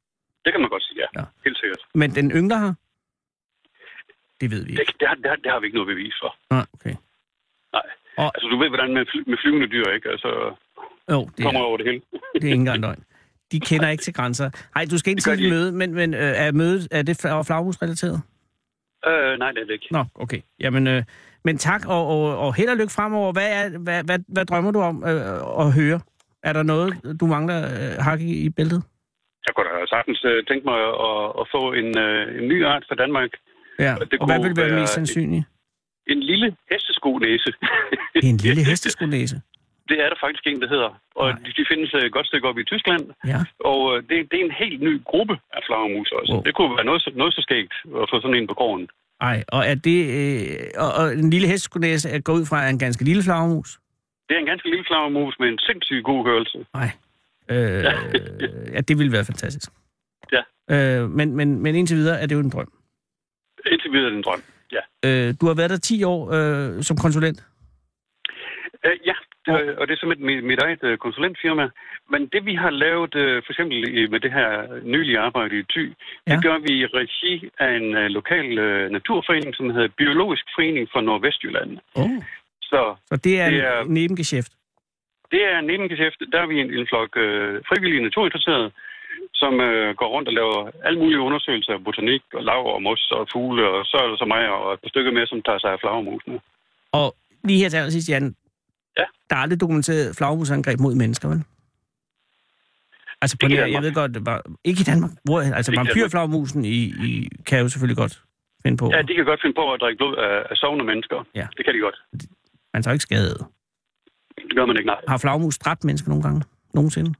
S7: Det kan man godt sige, ja. ja. Helt sikkert.
S4: Men den yngler her? Det ved vi
S7: Det,
S4: ikke.
S7: det, har, det, har, det har vi ikke noget bevis for.
S4: Nej, okay.
S7: Nej.
S4: Og-
S7: Og... Altså, du ved, hvordan med, fly, med flyvende dyr, ikke? Altså,
S4: Jo, det
S7: kommer
S4: er,
S7: over det hele.
S4: det er ikke engang løgn. De kender ikke til grænser. Nej, du skal ikke
S7: Det gør
S4: til
S7: de
S4: et møde,
S7: ikke.
S4: men, men øh, er mødet er det fla- flagmusrelateret?
S7: øh, nej, det er det ikke.
S4: Nå, okay. Jamen, øh, men tak, og, og, og held og lykke fremover. Hvad, er, hvad, hvad, hvad drømmer du om øh, at høre? Er der noget, du mangler øh, hak i, i bæltet?
S7: Jeg kunne da sagtens øh, tænke mig at, at få en, øh, en ny art fra Danmark.
S4: Ja,
S7: Det
S4: og hvad
S7: kunne
S4: vil være,
S7: være
S4: mest
S7: et-
S4: sandsynligt?
S7: En lille hesteskonæse.
S4: En lille hesteskonæse.
S7: Det er der faktisk en, der hedder. Og
S4: Nej.
S7: de, de findes øh, et godt stykke op i Tyskland.
S4: Ja.
S7: Og øh, det, det er en helt ny gruppe af flagermus også.
S4: Wow.
S7: Det kunne være noget, så- noget så skægt at få sådan en på gården.
S4: Ej, og er det... Øh, og, og en lille hesteskonæse er gået ud fra er en ganske lille flagermus?
S7: Det er en ganske lille flagermus med en sindssygt god hørelse.
S4: Nej. Øh, ja, det ville være fantastisk.
S7: Ja.
S4: Øh, men, men, men indtil videre er det jo en drøm.
S7: Indtil videre er det en drøm. Ja,
S4: Øh, du har været der 10 år øh, som konsulent.
S7: øh, ja det, øh, og det er simpelthen mit, mit eget øh, konsulentfirma. Men det vi har lavet, øh, for eksempel i- med det her nylige arbejde i Thy, ja.
S4: Ja.
S7: det gør vi i regi af en øh, lokal øh, naturforening, som hedder Biologisk Forening for Nordvestjylland.
S4: Oh.
S7: Så
S4: Så det er
S7: Det er-
S4: en nebengeschæft.
S7: det er en nebengeschæft. Der er vi en, en flok øh, frivillige naturinteresserede, som øh, går rundt og laver alle mulige undersøgelser af botanik og lav og mos og fugle, og så er der så mig og et par stykker mere, som tager sig af flagermusene.
S4: Og lige her til allersidst, Jan.
S7: Ja.
S4: Der er aldrig dokumenteret flagmusangreb mod mennesker, vel? Altså, på
S7: Ikke i
S4: nær,
S7: Danmark.
S4: jeg ved godt, det var, ikke i Danmark. Hvor, altså,
S7: Ikke i Danmark.
S4: vampyrflagmusen i, i, kan jeg jo selvfølgelig godt finde på.
S7: Ja, de kan godt finde på at drikke blod af, af sovende mennesker.
S4: Ja.
S7: Det kan de godt.
S4: Man tager jo ikke skade.
S7: Det gør man ikke, nej.
S4: Har flagmus dræbt mennesker nogle gange? Nogensinde?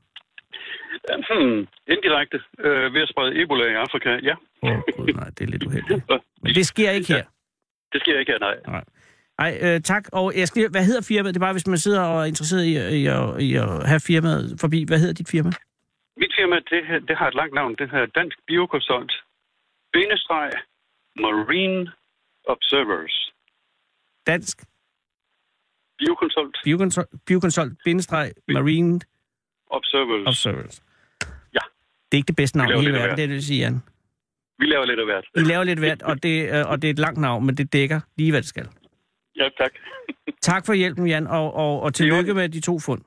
S7: Hmm, indirekte øh, ved at sprede Ebola i Afrika, ja.
S4: Åh, oh, gud, nej, det er lidt uheldigt.
S7: Og
S4: Men det sker ikke her.
S7: Det sker ikke her, nej.
S4: Ej, øh, tak. Og jeg skal lige, hvad hedder firmaet? Det er bare, hvis man sidder og er interesseret i, i, at, i at have firmaet forbi. Hvad hedder dit firma?
S7: Mit firma, det, her- det har et langt navn. Det hedder Dansk Biokonsult. Benestreg Marine Observers.
S4: Dansk
S7: Biokonsult
S4: Biokonsult- Biokonsult, bindestreg, Marine
S7: Observers.
S4: Observers.
S7: Ja.
S4: Det er ikke det bedste navn
S7: Vi
S4: i
S7: laver
S4: hele
S7: lidt af
S4: verden, det er det, du siger, Jan.
S7: Vi laver lidt af hvert.
S4: I laver lidt hvert, og det, øh, og det er et langt navn, men det dækker lige, hvad det skal.
S7: Ja, tak.
S4: Tak for hjælpen, Jan, og, og, og
S7: i
S4: tillykke
S7: orden.
S4: med de to fund.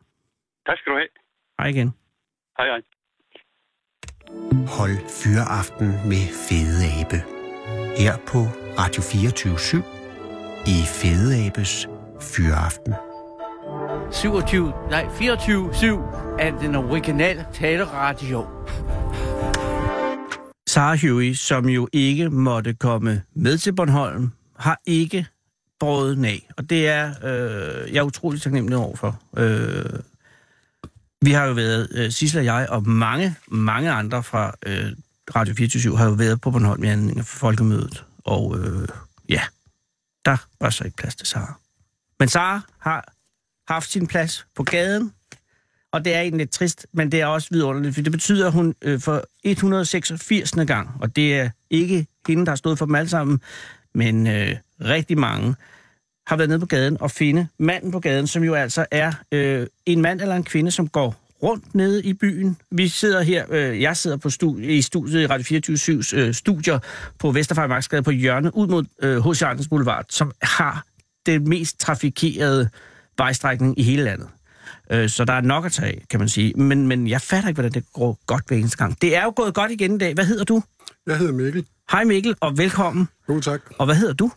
S7: Tak skal du have.
S4: Hej igen.
S7: Hej, hej.
S5: Hold Fyraften med Fede Abe. Her på Radio 24 i Fede Abes Fyraften.
S8: 27, nej, 24-7 af den originale taleradio.
S4: Sarah Huey, som jo ikke måtte komme med til Bornholm, har ikke båret den af. Og det er øh, jeg er utrolig taknemmelig overfor. Øh, vi har jo været, øh, Sissel og jeg, og mange, mange andre fra øh, Radio 24 har jo været på Bornholm i anledning af folkemødet. Og øh, ja, der var så ikke plads til Sara. Men Sara har haft sin plads på gaden, og det er egentlig lidt trist, men det er også vidunderligt, for det betyder, at hun øh, for 186. gang, og det er ikke hende, der har stået for dem alle sammen, men øh, rigtig mange, har været nede på gaden og finde manden på gaden, som jo altså er øh, en mand eller en kvinde, som går rundt nede i byen. Vi sidder her, øh, jeg sidder på studie, i studiet i Radio 24-7's øh, studier på Vesterfejmarksgade på hjørnet ud mod øh, H.C. Andersen Boulevard, som har den mest trafikerede vejstrækning i hele landet. Øh, så der er nok at tage, af, kan man sige. Men, men jeg fatter ikke, hvordan det går godt hver eneste gang. Det er jo gået godt igen i dag. Hvad hedder du?
S9: Jeg hedder Mikkel.
S4: Hej Mikkel, og velkommen.
S9: Jo, tak.
S4: Og hvad hedder du?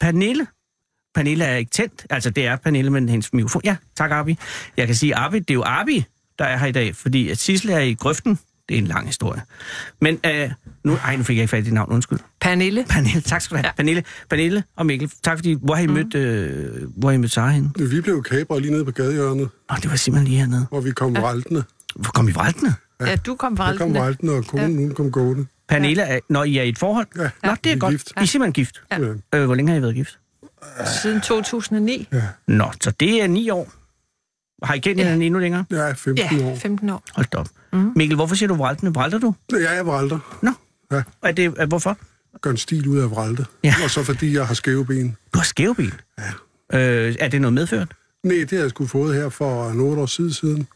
S4: Pernille. Pernille er ikke tændt. Altså, det er Pernille, men hendes mikrofon... Ja, tak, Arbi. Jeg kan sige, Arbi, det er jo Arbi, der er her i dag, fordi at Sisle er i grøften. Det er en lang historie. Men øh, nu, ej, nu fik jeg ikke fat i dit navn, undskyld.
S9: Pernille?
S4: Pernille, tak skal du have. Ja. Pernille, Pernille og Mikkel, tak fordi, hvor har I mm. mødt, øh, hvor har I mødt Sara henne?
S10: Vi blev kabre lige nede på gadehjørnet,
S4: Nå, det var simpelthen lige hernede.
S10: hvor vi kom ja. valtende.
S4: Hvor kom I vraltende?
S9: Ja, du kom fra
S10: Jeg kom
S9: Alperne.
S10: valtende, og konen hun kom gående.
S4: Pernille, er, når I er i et forhold?
S10: Ja.
S4: Nå, det
S10: Vi
S4: er
S10: er
S4: godt.
S10: gift.
S4: I er simpelthen gift.
S9: Ja.
S4: Øh, hvor længe har I været gift?
S9: siden 2009.
S4: Nå, så det er ni år. Har I kendt hinanden endnu længere?
S10: Jeg er 15
S9: Ja,
S10: år.
S9: 15 år.
S4: Hold da op. Mm. Mikkel, hvorfor siger du vraltende? Vralter du?
S10: Ja, jeg er vralter.
S4: Nå.
S10: Ja.
S4: Er det, er, hvorfor?
S10: Gør en stil ud af vralte.
S4: Ja.
S10: Og så fordi jeg har skæve ben.
S4: Du har skævben. Ja. Øh, er det noget medført?
S10: Nej, det har jeg sgu fået her for en 8 år side siden.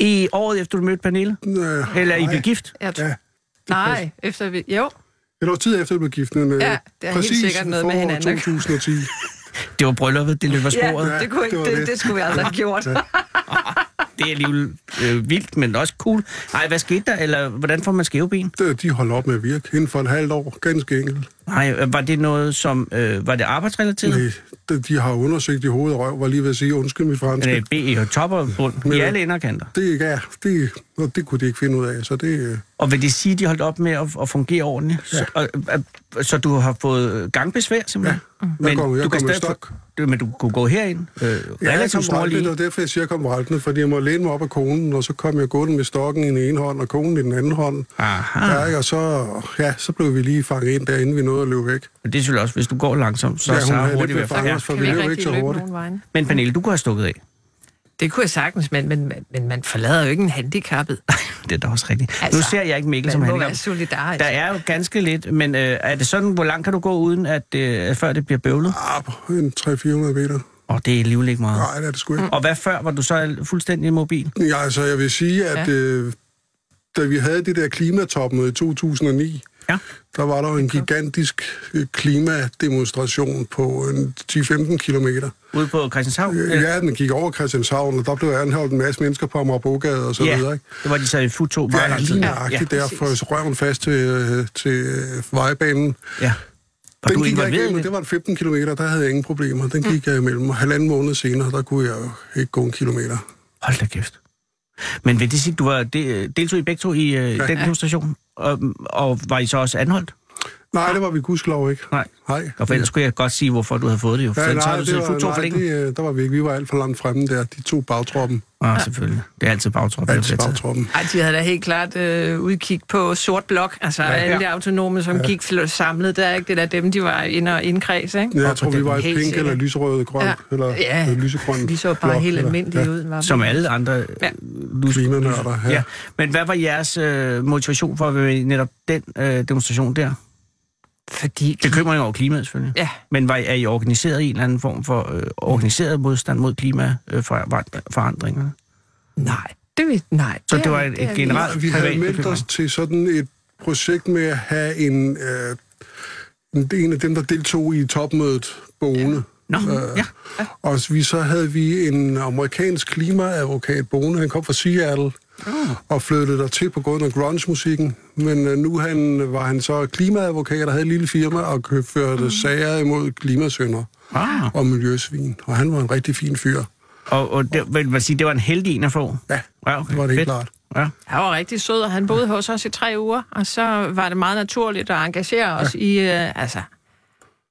S4: I året efter du mødte Pernille?
S10: Øh,
S4: Eller I blev
S10: nej.
S4: gift?
S9: Jeg tror,
S10: Ja.
S9: nej, efter vi... Jo,
S10: Et års tid efter, jeg blev gift. Men, øh,
S9: Ja, det har helt
S10: præcis
S9: sikkert noget med
S10: forår
S9: hinanden at
S10: 2010.
S4: Det var brylluppet, det løber sporet.
S9: ja, det, kunne ikke,
S10: det var
S9: det,
S10: det.
S9: det skulle vi aldrig have gjort.
S4: Det er alligevel øh, vildt, men også cool. Nej, hvad skete der? Eller hvordan får man skæveben?
S10: Da De holdt op med at virke inden for et halvt år, ganske enkelt.
S4: Nej, øh, var det noget som... Øh, var det arbejdsrelateret?
S10: Nej, da de har undersøgt i hoved og røv, var lige ved at sige, undskyld mit franske.
S4: Øh, B i top og bund. I
S10: Men-
S4: alle inderkanter.
S10: Det, ja, det, nå, det kunne de ikke finde ud af, så det... øh,
S4: Og vil det sige, at de holdt op med at, at fungere ordentligt? Ja. Så, og, og, så du har fået gangbesvær, simpelthen? Ja.
S10: Jeg går- jeg
S4: du
S10: går med
S4: stadig
S10: stok.
S4: få- men du kunne gå herind? Øh,
S10: Ja, jeg kom
S4: relativt
S10: vraltende,
S4: snorlig.
S10: og derfor jeg siger, jeg kom vraltende, fordi jeg må læne mig op af konen, og så kom jeg gående med stokken i den ene hånd, og konen i den anden hånd.
S9: Ah.
S4: Aha.
S10: Ja, ikke? og så, ja, så blev vi lige fanget ind der, inden vi nåede at løbe væk.
S4: Men Det er selvfølgelig også, hvis du går langsomt, så
S10: ja,
S4: er Sara
S10: havde lidt
S4: hurtigt ved
S10: ved
S4: at
S10: fange
S4: fange.
S10: os, for
S9: Kan
S10: vi
S9: vi ikke
S10: løb ikke
S9: rigtig
S10: så
S9: løbe
S10: hurtigt.
S9: nogen vejen?
S4: Men Pernille, du kunne have stukket af.
S9: Det kunne jeg sagtens, men, men, men man forlader jo ikke en handicappet.
S4: Det er da også rigtigt. Altså,
S9: Altså,
S4: nu ser jeg ikke Mikkel
S9: Man
S4: som
S9: må
S4: han
S9: være solidarisk.
S4: Der er jo ganske lidt, men øh, er det sådan, hvor langt kan du gå uden, at øh, før det bliver bøvlet?
S10: Ah, på en 300-400 meter.
S4: Og oh, det er alligevel ikke meget.
S10: Nej, det er det sgu ikke.
S4: Og hvad før, var du så fuldstændig mobil?
S10: Ja, altså, jeg vil sige, at
S9: Ja.
S10: ja. øh, da vi havde det der klimatopmøde i 2009,
S4: Ja.
S10: der var der jo en gigantisk øh, klimademonstration på øh, en 10-15 kilometer.
S4: Ude på Christianshavn?
S10: Øh,
S4: eller?
S10: Ja, den gik over Christianshavn, og der blev anholdt en masse mennesker på Amagerbogade og så
S4: ja. altså,
S10: videre, ikke?
S4: Det var de sad i Futo meget
S10: Ja,
S4: lang tid.
S10: lige nøjagtigt ja, der, for røven fast til, øh, til øh, vejbanen.
S4: Ja. Var
S10: den
S4: du
S10: gik jeg
S4: involveret i
S10: igennem, og
S4: det? Mm.
S10: det var en 15 km, der havde jeg ingen problemer. Den gik jeg imellem, og halvanden måned senere, der kunne jeg jo ikke gå en kilometer.
S4: Hold da kæft. Men vil det sige, at du var de, deltog i begge to i øh, ja. den demonstration, og, og var I så også anholdt?
S10: Nej, det var vi gudskelov ikke.
S4: Nej.
S10: Nej.
S4: Og for ellers kunne jeg godt sige, hvorfor du havde fået det jo. For
S10: Ja,
S4: ellers
S10: nej,
S4: havde du siddet
S10: det
S4: i Futo
S10: var,
S4: for
S10: nej
S4: længe.
S10: det, øh, der var vi ikke. Vi var alt for langt fremme der, de to bagtroppen.
S4: Ah, selvfølgelig. Det er altid bagtrop.
S10: Alt bagtroppen.
S9: Ej, de havde da helt klart øh, udkig på Sort Blok, altså ja, alle de autonome, som ja. gik fl- samlet der, ikke? Det der dem, de var inde og indkreds, ikke?
S10: Ja, jeg
S9: Og
S10: tror,
S9: det
S10: vi
S9: var
S10: var i
S9: helt
S10: pink
S9: sikkert.
S10: eller lyserød grøn,
S9: Ja.
S10: ja. eller
S9: Ja.
S10: øh, lysegrøn.
S9: De så bare
S10: blok,
S9: helt
S10: eller-
S9: almindelige ud, var
S4: Som alle andre ja.
S9: Ja.
S10: Klimanørder, ja.
S4: ja. Men hvad var jeres øh, motivation for at være i netop den øh, demonstration der?
S9: Fordi...
S4: Bekymring over klimaet, selvfølgelig.
S9: Ja.
S4: Men var, er I organiseret i en eller anden form for øh, organiseret modstand mod øh, klimaforandringerne?
S9: Nej, det vil... Nej.
S4: Så det
S9: er-
S4: var et,
S9: er
S4: et
S9: vi ikke.
S4: generelt
S10: Vi havde
S4: privat
S10: meldt os
S4: bekymring?
S10: til sådan et projekt med at have en, øh, en, en af dem, der deltog i topmødet, boende.
S4: Nå, ja.
S10: Og vi, så havde vi en amerikansk klimaadvokat boende. Han kom fra Seattle
S4: Ah.
S10: og flyttede der til på grund af grunge-musikken. Men øh, nu han, var han så klimaadvokat og havde et lille firma og kø- førte
S4: Mm.
S10: sager imod klimasønder
S4: Ah.
S10: og miljøsvin. Og han var en rigtig fin fyr.
S4: Og, og det, vil man sige, det var en heldig en at få?
S10: Ja,
S4: ja okay.
S10: det var det helt
S4: Fedt.
S10: klart.
S4: Ja.
S9: Han var rigtig sød, og han boede hos os i tre uger, og så var det meget naturligt at engagere os ja. i, øh, altså,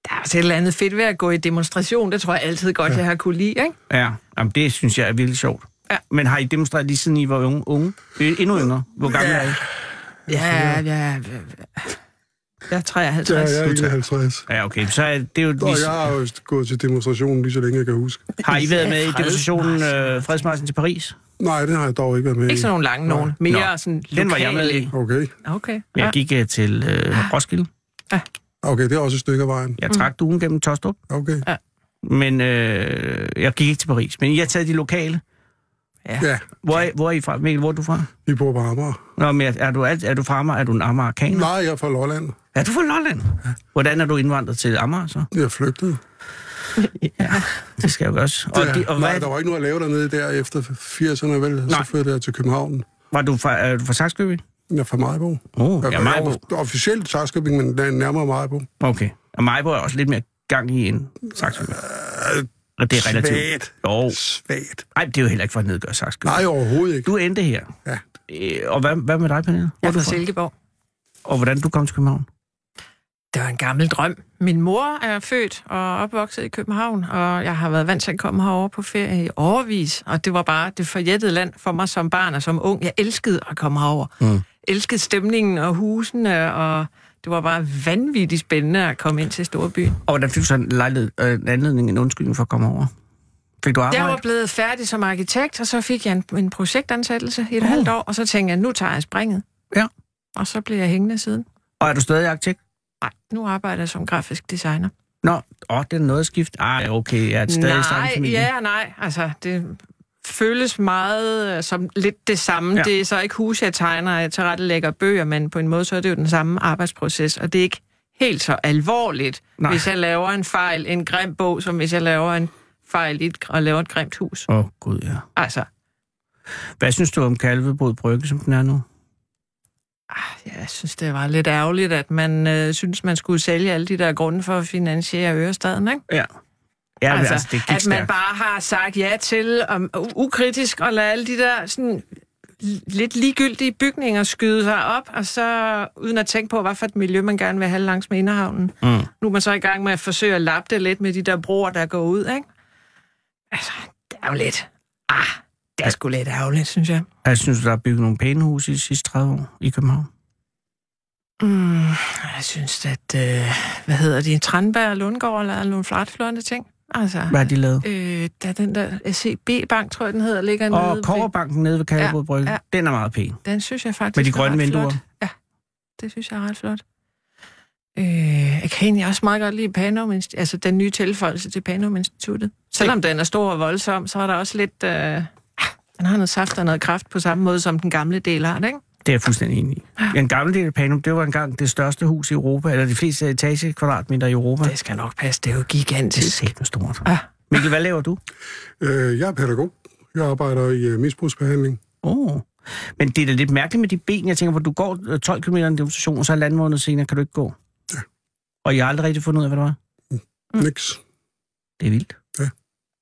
S9: der er også et eller andet fedt ved at gå i demonstration, det tror jeg altid godt, ja. jeg har kunne lide, ikke?
S4: Ja, Jamen, det synes jeg er virkelig sjovt.
S9: Ja.
S4: Men har I demonstreret lige siden I var unge? unge? Øh, Endnu yngre? Hvor gammel
S10: Ja.
S4: er I?
S9: Ja, ja, jeg er 53.
S10: Ja, jeg er 51.
S4: Ja, okay. Så er det er jo...
S10: Og
S4: Lige,
S10: jeg har jo gået til demonstrationen lige så længe, jeg kan huske.
S4: har I været med i
S9: Fredsmarchen.
S4: demonstrationen øh, Fredsmarchen til Paris?
S10: Nej, det har jeg dog ikke været med
S9: Ikke
S10: i.
S9: sådan nogle lange nogen, mere
S4: Nå,
S9: sådan lokale.
S4: Den var jeg med i.
S10: Okay.
S9: Okay.
S4: Jeg gik øh, til øh, Roskilde.
S10: okay, det er også et stykke af vejen.
S4: Jeg
S9: Mm.
S4: trak duen gennem Tostrup.
S10: Okay.
S4: Men øh, jeg gik ikke til Paris. Men jeg har taget de lokale.
S10: Ja,
S4: Hvor er, hvor er I fra? Mikkel, hvor er du fra?
S10: vi bor på Amager.
S4: Nå, men er er du, alt- er du fra Amager? Er du en amerikaner?
S10: Nej, jeg er fra Lolland.
S4: Er du fra Lolland? Hvordan er du indvandret til Amager så?
S10: Jeg flygtede.
S4: Det skal jeg jo også. Og,
S10: Og
S4: de, og
S10: Nej, der
S4: hvad,
S10: var ikke noget at lave dernede der efter 80'erne, vel?
S4: Nej.
S10: Så flyttede jeg til København.
S4: var du fra, er du fra Saxkøbing?
S10: Jeg er fra Majbo.
S4: Oh, ja,
S10: Jeg
S4: Majbo.
S10: er officielt Sarskabing, men den er nærmere Majbo.
S4: Okay. Og Majbo er også lidt mere gang i end Saxkøbing.
S10: Øh,
S4: Og det er relativt.
S10: svagt.
S4: Jo.
S10: Svagt.
S4: Ej, det er jo heller ikke for at nedgøre Saxkøbing.
S10: Nej, overhovedet ikke.
S4: Du endte her.
S10: Ja,
S4: Øh, og hvad, hvad med dig, Pernille?
S9: Jeg
S4: Hvor er
S9: er
S4: du
S9: fra
S4: fra?
S9: Silkeborg.
S4: Og hvordan du kom til København?
S9: Det var en gammel drøm. Min mor er født og opvokset i København, og jeg har været vant til at komme herover på ferie i overvis, og det var bare det forjættede land for mig som barn og som ung. Jeg elskede at komme herover. Mm. Elskede stemningen og husene, og det var bare vanvittigt spændende at komme ind til Storbyen.
S4: Og hvordan fik du så en lejlighed, øh, en anledning, en undskyldning for at komme over? Fik du
S9: Jeg
S4: arbejde?
S9: var blevet færdig som arkitekt, og så fik jeg en, en projektansættelse i et oh. halvt år, og så tænkte jeg, nu tager jeg springet.
S4: Ja.
S9: Og så blev jeg hængende siden.
S4: Og er du stadig arkitekt?
S9: Nej, nu arbejder jeg som grafisk designer.
S4: Nå, åh, det er noget skift. Ej, okay, jeg er stadig i samme
S9: nej,
S4: familie.
S9: ja og nej. Altså, det føles meget øh, som lidt det samme.
S4: Ja.
S9: Ja. Det er så ikke hus, jeg tegner, og jeg tilrettelægger bøger, men på en måde, så er det jo den samme arbejdsproces, og det er ikke helt så alvorligt,
S4: Nej.
S9: nej. hvis jeg laver en fejl, en grim bog, som hvis jeg laver en fejl i et, og laver et grimt hus.
S4: Åh, oh, gud, ja.
S9: Altså,
S4: Hvad synes du om Kalvebod Brygge, som den er nu?
S9: jeg synes, det var lidt ærgerligt, at man øh, synes, man skulle sælge alle de der grunde for at finansiere Ørestaden, ikke?
S4: Ja. Ja, altså, altså det gik
S9: at man
S4: stærkt.
S9: bare har sagt ja til, um, ukritisk, og lade alle de der sådan, l- lidt ligegyldige bygninger skyde sig op, og så uden at tænke på, hvad for et miljø man gerne vil have langs med Inderhavnen. Mm. Nu er man så i gang med at forsøge at lappe det lidt med de der broer, der går ud, ikke? Altså, det er jo lidt... Ah, det er sgu lidt ærgerligt, synes jeg.
S4: Jeg synes, du, der er bygget nogle pæne huse i de sidste 30 år i København.
S9: Mm, jeg synes, at... Øh, hvad hedder de? Tranberg og Lundgaard eller nogle flatflående ting. Altså,
S4: Hvad har de lavet?
S9: øh, der er den der SCB-bank, tror jeg, den hedder, ligger nede
S4: Og
S9: ved-
S4: Kårebanken nede ved Kalvebod
S9: Ja,
S4: Brygge,
S9: ja.
S4: den er meget pæn.
S9: Den synes jeg faktisk
S4: Med de
S9: er
S4: grønne
S9: ret
S4: vinduer.
S9: Flot. Ja, det synes jeg er ret flot. Øh, jeg kan egentlig også meget godt lide Panum, Inst- altså den nye tilføjelse til Panum Instituttet. Selvom den er stor og voldsom, så er der også lidt... Øh, ah, den har noget saft og noget kraft på samme måde, som den gamle del har det, ikke?
S4: Det er jeg fuldstændig enig i.
S9: Ah.
S4: Den gamle del af Panum, det var engang det største hus i Europa, eller de fleste etagekvadratmeter i Europa.
S9: Det skal nok passe, det er jo
S4: Det er
S9: gigantisk.
S4: sæt stort.
S9: Ah,
S4: Mikkel, hvad laver du?
S10: Øh, jeg er pædagog. Jeg arbejder i øh, misbrugsbehandling.
S4: Oh. Men det er da lidt mærkeligt med de ben. Jeg tænker på, du går øh, 12 km i en demonstration, og så halvanden måned senere kan du ikke gå.
S10: Ja.
S4: Og jeg har aldrig rigtig fundet ud af, hvad det var.
S9: Mm.
S10: Niks.
S4: Det er vildt.
S10: Ja.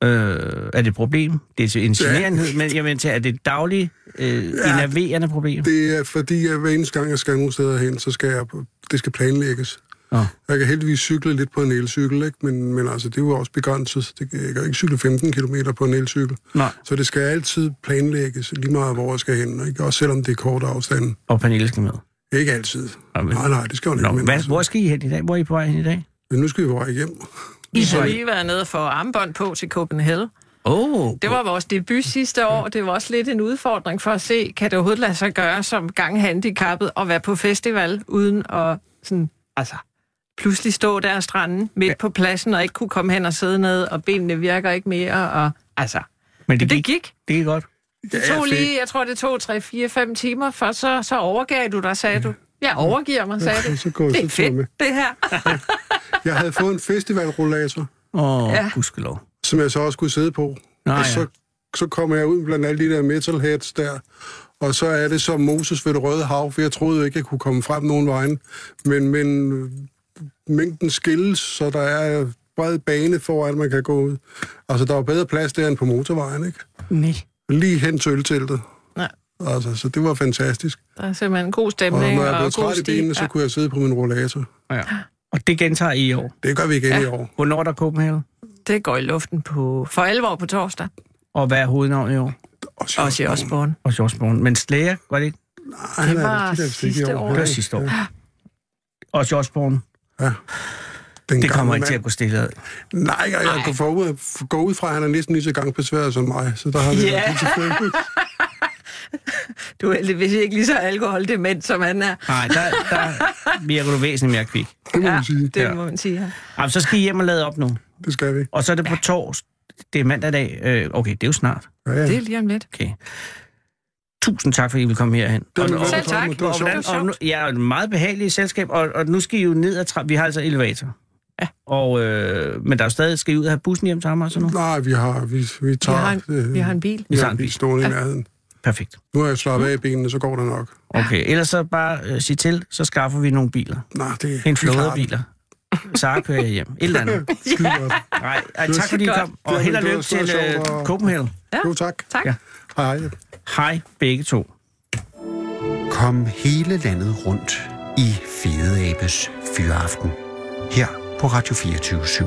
S4: Øh, er det et problem? Det er til en generenhed, ja. men jeg mener til, er det et dagligt, øh, ja. enerverende problem?
S10: Det er fordi, at hver eneste gang, jeg skal nogle steder hen, så skal jeg, det skal planlægges.
S4: Nå.
S10: Jeg kan heldigvis cykle lidt på en elcykel, ikke? Men, men altså, det er jo også begrænset. Det, jeg kan ikke cykle 15 km på en elcykel.
S4: Nej.
S10: Så det skal altid planlægges, lige meget hvor jeg skal hen. Ikke? Også selvom det er kort afstand.
S4: Og Pernille skal med.
S10: Ikke altid.
S4: Nå, men-
S10: Nej, nej, det skal jo ikke.
S4: Nå,
S10: men,
S4: hvad,
S10: altså,
S4: hvor skal I hen i dag? Hvor er I på vej hen i dag?
S10: men nu skal vi bare hjem.
S9: I har lige været nede for armbånd på til Copenhagen.
S4: Åh, oh,
S9: Det var vores debut sidste år, og det var også lidt en udfordring for at se, kan det overhovedet lade sig gøre som ganghandicappet at være på festival, uden at sådan, altså, pludselig stå der af stranden midt på pladsen, og ikke kunne komme hen og sidde ned, og benene virker ikke mere, og altså,
S4: men det
S9: det, det
S4: gik,
S9: gik.
S4: det gik godt.
S9: Det
S10: Ja,
S9: tog
S10: fedt.
S9: lige, jeg tror det tog 3, 4, 5 timer, for så, så overgav du dig, sagde du. Jeg overgiver mig, sagde
S10: Mm. Så
S9: du.
S10: går jeg
S9: Det er
S10: så tur med.
S9: fedt, det her.
S10: Jeg havde fået en festivalrollator,
S4: Åh, oh, ja.
S9: Ja.
S4: gudskelov.
S10: som jeg så også kunne sidde på.
S4: Nå,
S10: og
S4: ja.
S10: så, så kommer jeg ud blandt alle de der metalheads der, og så er det som Moses ved det røde hav, for jeg troede jo ikke, jeg kunne komme frem nogen vejen. Men, men øh, mængden skilles, så der er bred bane for, at man kan gå ud. Altså, der er jo bedre plads der end på motorvejen, ikke?
S4: Nej.
S10: Lige hen til ølteltet.
S9: Nej.
S10: Altså, så det var fantastisk.
S9: Der er simpelthen god
S10: Og
S9: stemning
S10: når
S9: og,
S10: jeg blev
S9: god
S10: træt i
S9: stil.
S10: benene, så
S9: Ja.
S10: kunne jeg sidde på min rollator.
S4: Ja. Og det gentager I i år.
S10: Det gør vi igen ja. i år.
S4: Hvornår er der Copenhagen?
S9: Det går i luften på, for alvor på torsdag,
S4: Og hvad er hovednavnet i år?
S9: også i Osborne.
S4: Og Sjovsborgen. Men Slayer, var det ikke?
S10: Ej,
S9: Det
S10: nej,
S9: var
S10: er vist ikke i
S9: sidste år.
S4: Det var
S10: Nej.
S4: sidste år. Og Sjovsborgen.
S10: Den
S4: Det kommer
S10: gamle
S4: ikke til
S10: mand.
S4: at gå stille ad.
S10: Nej, og jeg kan få ud, af- gå ud fra, at han er næsten lige så gangbesværet som mig, så der har vi
S9: Ja.
S10: yeah. selvfølgelig.
S9: Du er heldigvis ikke lige så alkoholdement, som han er.
S4: Nej, der, der virker du væsentligt mere kvik.
S10: Det må man sige.
S9: Det
S4: Ja.
S9: ja. må man sige. ja.
S4: Jamen, så skal I hjem og lade op nu.
S10: Det skal vi.
S4: Og så er det på torsdag. Det er mandag i dag. Øh, okay, det er jo snart.
S10: Ja, ja.
S9: Det er lige om lidt.
S4: Okay. Tusind tak, fordi I vil komme herhen.
S10: Det var
S4: Og-
S10: velkommen.
S9: Selv tak.
S10: Det var
S4: Og,
S10: sjovt.
S4: hvordan, og nu, ja, et meget behageligt selskab, og, og nu skal I jo ned ad trappen. Vi har altså elevator. Ja. Og, øh, men der er jo stadig, skal I ud og have bussen hjem til Amager og sådan noget?
S10: Nej, vi har, vi, vi
S9: Vi
S10: tager...
S9: har en, vi har en bil. Mm.
S10: vi
S4: Vi tager
S10: har
S4: en
S10: en
S4: bil.
S10: bil stående i nærheden.
S4: Perfekt.
S10: Nu har jeg slappet af i benene, så går det nok.
S4: Okay, ellers så bare øh, sig til, så skaffer vi nogle biler.
S10: Nej, det
S4: En
S10: vi klarer
S4: flåde af biler. Så kører jeg hjem. Et eller andet.
S10: det. Skide godt.
S4: Nej, ej, tak fordi I kom, og held og lykke til øh, Copenhagen.
S10: Jo, tak.
S9: Tak.
S4: Ja.
S10: Hej.
S4: Hej, begge to.
S5: Kom hele landet rundt i Fede Abes Fyraften. Her på Radio 24 7.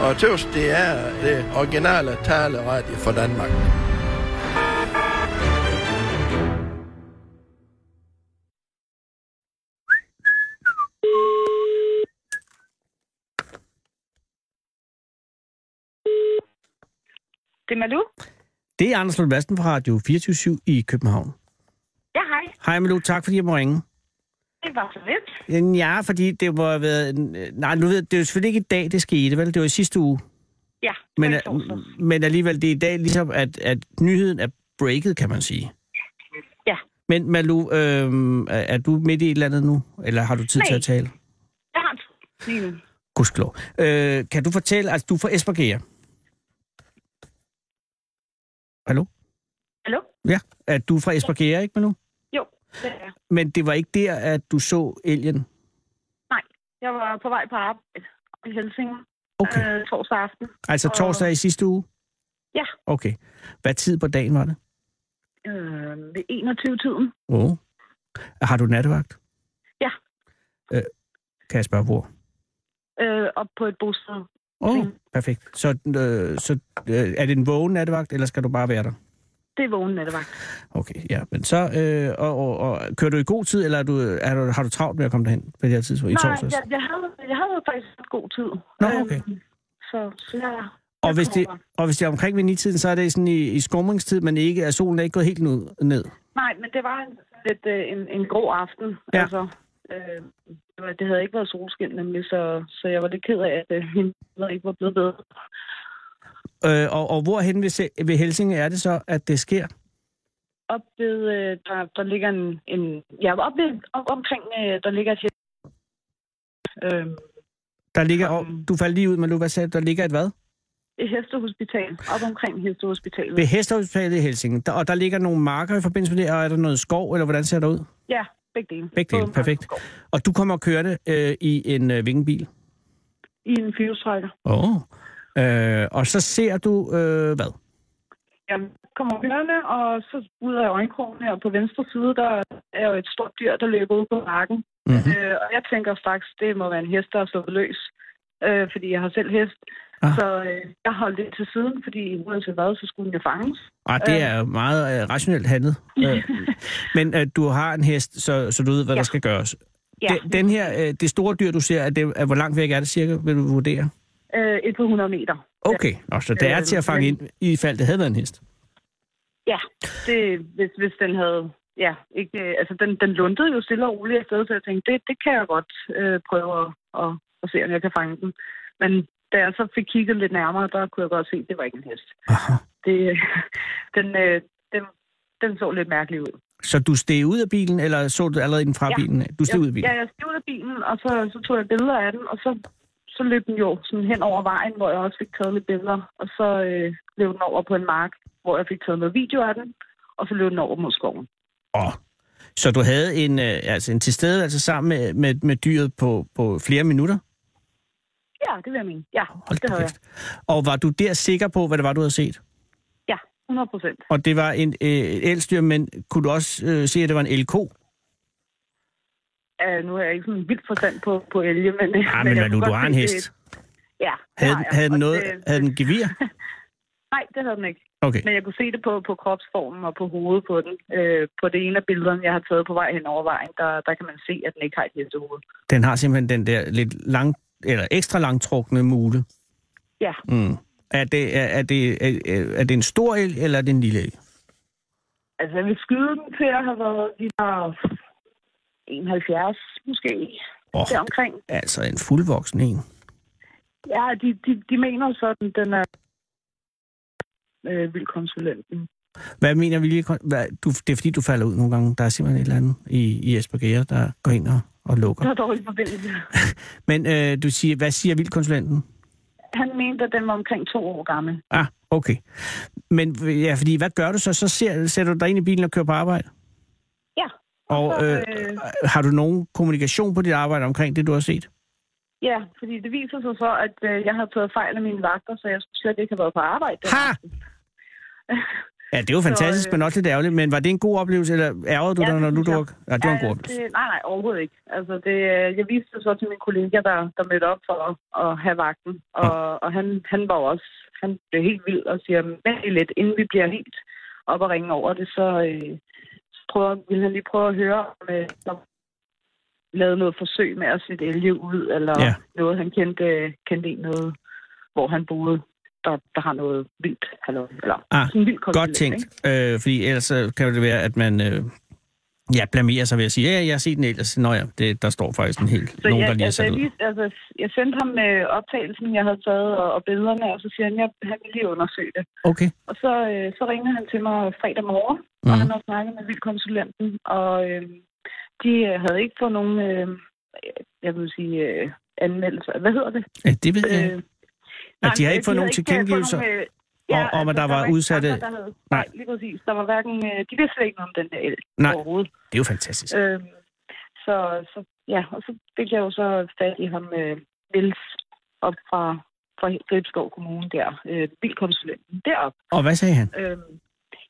S11: Og tøvs, det er det originale taleradio for Danmark.
S10: Det er Malou.
S4: Det er Anders Lund Madsen fra Radio 24 i København.
S10: Ja, hej.
S4: Hej Malou, tak fordi jeg må ringe.
S10: Det var så lidt.
S4: Ja, fordi det må have været... en- øh, Nej, nu ved jeg, det er jo selvfølgelig ikke i dag, det skete, vel? Det var i sidste uge.
S10: Ja,
S4: Men, øh, men alligevel, det er i dag ligesom, at, at nyheden er breaket, kan man sige.
S10: Ja.
S4: Men Malou, øh, er du midt i et eller andet nu? Eller har du tid til
S10: Nej.
S4: at tale?
S10: jeg har en tur lige
S3: Mm.
S10: nu.
S4: Gudskelov. Øh, kan du fortælle, altså du er fra Esbjerg? Hallo?
S10: Hallo?
S4: Ja, at du er fra Esbjerg, ikke Malou?
S10: Jo, det er jeg.
S4: Men det var ikke der, at du så elgen?
S10: Nej, jeg var på vej på arbejde i Helsingør okay. øh, torsdag aften.
S4: Altså
S10: Og-
S4: torsdag i sidste uge?
S10: Ja,
S4: Okay. Hvad tid på dagen var det?
S10: øh, ved 21-tiden.
S4: Åh. Oh. Har du nattevagt?
S10: Ja,
S4: Øh, kan jeg spørge hvor?
S10: øh, op på et bosted.
S4: Åh, oh, perfekt. Så, øh, så øh, er det en vågen nattevagt, eller skal du bare være der?
S10: Det er vågen nattevagt.
S4: Okay, ja. Men så, øh, og, og, og, kører du i god tid, eller er du, er du, har du travlt med at komme derhen på det her tidspunkt i
S10: Nej,
S4: torsdags?
S10: jeg, jeg, havde, jeg havde faktisk ret god tid.
S4: Nå, okay.
S10: Øh, så, så jeg,
S4: Og hvis,
S10: kommer
S4: det, og hvis det er omkring ved nitiden, så er det sådan i, i skumringstid, men ikke, at solen er ikke gået helt ned. ned.
S10: nej, men det var en, lidt øh, en, en grå aften.
S4: Ja.
S10: Altså, øh, det var- det havde ikke været solskin, nemlig, så, så jeg var lidt ked af, at øh, hende ikke var blevet bedre.
S4: Øh, og, og hvorhen ved, Se- ved Helsinge er det så, at det sker?
S10: op ved, øh, der, der ligger en, en ja, op, ved, op omkring, øh, der ligger et hjem. øh,
S4: Der ligger, og, du faldt lige ud, men du hvad sagde, du? der ligger et hvad?
S10: et hestehospital, op omkring hestehospitalet.
S4: Ved Hestehospitalet i Helsinge, der, og der ligger nogle marker i forbindelse med det, og er der noget skov, eller hvordan ser det ud?
S10: Ja, begge dele.
S4: Begge dele, perfekt. Og du kommer og kører det øh, i en øh, vingebil.
S10: I en fyrstrækker.
S4: Åh. Oh. Øh, og så ser du, øh, hvad?
S10: Jeg kommer kørende, og så ud af øjenkrogene, og på venstre side, der er jo et stort dyr, der løber ud på marken.
S4: Mhm.
S10: Mm-hmm. Øh, og jeg tænker straks, det må være en hest, der er sluppet løs, øh, fordi jeg har selv hest. Ah. Så øh, jeg holdt lidt til siden, fordi uanset hvad, så skulle den jo fanges.
S4: Ah, det er jo meget øh, rationelt handlet. Øh, men øh, du har en hest, så, så du ved, hvad ja. der skal gøres.
S10: Ja.
S4: Den, den her, øh, det store dyr, du ser, er det, er, hvor langt væk er det cirka, vil du vurdere?
S10: Øh, et på 100 meter.
S4: Okay, Nå, så det er til at fange ind, i fald det havde været en hest.
S10: Ja, det, hvis, hvis den havde... Ja, ikke, øh, altså den, den lundede jo stille og roligt afsted, så jeg tænkte, det, det kan jeg godt øh, prøve at, at, at se, om jeg kan fange den. Men da jeg så fik kigget lidt nærmere, der kunne jeg godt se, at det var ikke en hest.
S4: Aha.
S10: Det, den, øh, den, den så lidt mærkelig ud.
S4: Så du steg ud af bilen, eller så du allerede den fra bilen? Du steg
S10: jeg,
S4: ud af bilen?
S10: Ja, jeg steg ud af bilen, og så, så tog jeg billeder af den, og så, så løb den jo sådan hen over vejen, hvor jeg også fik taget lidt billeder. Og så øh, løb den over på en mark, hvor jeg fik taget noget video af den, og så løb den over mod skoven.
S4: Åh. Så du havde en, øh, altså en tilstedeværelse sammen med, med, med dyret på, på flere minutter?
S10: Ja, det vil jeg mene. Ja,
S4: Hold
S10: det havde jeg.
S4: Og var du der sikker på, hvad det var, du havde set?
S10: Ja, 100 procent.
S4: Og det var en øh, elstyr, men kunne du også øh, se, at det var en LK?
S10: Uh, nu har jeg ikke sådan vildt forstand på, på elge, men...
S4: Ah, men
S10: jeg
S4: hvad nu,
S10: kunne
S4: du
S10: godt
S4: har en
S10: se,
S4: hest.
S10: det- Ja, det
S4: Havde,
S10: har
S4: den-
S10: jeg,
S4: havde, den
S10: og
S4: noget,
S10: det-
S4: havde den gevir?
S10: Nej, det havde den ikke.
S4: Okay.
S10: Men jeg kunne se det på, på kropsformen og på hovedet på den. Øh, på det ene af billederne, jeg har taget på vej hen over vejen, der, der kan man se, at den ikke har et hestehoved.
S4: Den har simpelthen den der lidt lang, eller ekstra langtrukne mule.
S10: Ja,
S4: Mm. Er, det, er, er, det, er, er- er det en stor el, eller er det en lille el?
S10: altså jeg vil skyde den til at have været de der 71 måske,
S4: Åh.
S10: oh. deromkring.
S4: Altså en fuldvoksen en.
S10: Ja, de, de, de mener sådan, den er øh, vildkonsulenten.
S4: Hvad mener vi hvad, du, Det er fordi, du falder ud nogle gange. Der er simpelthen et eller andet i, i Esper Gere, der går ind og, og lukker.
S10: Der er dårlig forbindelse.
S4: Men øh, du siger, hvad siger vildkonsulenten?
S10: Han mente, at den var omkring to år gammel.
S4: Ah, okay. Men ja, fordi hvad gør du så? Så ser, sætter du dig ind i bilen og kører på arbejde?
S10: Ja.
S4: Og øh,
S10: øh,
S4: har du nogen kommunikation på dit arbejde omkring det, du har set?
S10: Ja, fordi det viser sig så, at øh, jeg havde taget fejl af mine vagter, så jeg skulle slet ikke have været på arbejde. Den ha!
S4: Ja, det er jo fantastisk, så, øh... men også lidt ærgerligt. Men var det en god oplevelse, eller ærgede du ja, dig, når du drog? Ja, det var en god oplevelse.
S10: Det, nej, nej, overhovedet ikke. Altså, det, jeg viste det så til min kollega, der, der mødte op for at, at have vagten. Og, ja. og han, han var også han blev helt vild og siger, men lidt, inden vi bliver helt op og ringe over det, så, øh, så prøver, ville han lige prøve at høre, om øh, lavede noget forsøg med at sætte elge ud, eller ja. noget, han kendte, kendte en noget, hvor han boede der, der har noget vildt. Eller, eller
S4: ah, sådan vildt godt tænkt, ikke? øh, fordi ellers kan det være, at man øh, ja, blamerer sig ved at sige, ja, jeg har set den ellers. Nå ja, det, der står faktisk en helt
S10: så
S4: nogen,
S10: jeg,
S4: der lige
S10: altså,
S4: har
S10: jeg, altså, jeg sendte ham øh, optagelsen, jeg havde taget, og, og billederne, og så siger han, at han vil lige undersøge det.
S4: Okay.
S10: Og så, øh, så ringede han til mig fredag morgen, mm. og
S4: Mhm.
S10: han har snakket med vildkonsulenten, og øh, de øh, havde ikke fået nogen, øh, jeg vil sige, øh, anmeldelser. Hvad hedder det?
S4: Ja, det ved jeg øh, at de har ikke fået nogen tilkendegivelser øh, ja, om, altså, at der, der var, var udsatte...
S10: Andre, der havde, nej, lige præcis. Der var hverken... Øh, de vidste slet ikke om den der el
S4: nej,
S10: overhovedet.
S4: det er jo fantastisk.
S10: Øhm, så, så, ja, og så fik jeg jo så fat i ham, øh, Niels, op fra, fra Gribskov Kommune der, øh, bilkonsulenten derop.
S4: Og hvad sagde han?
S10: Øhm,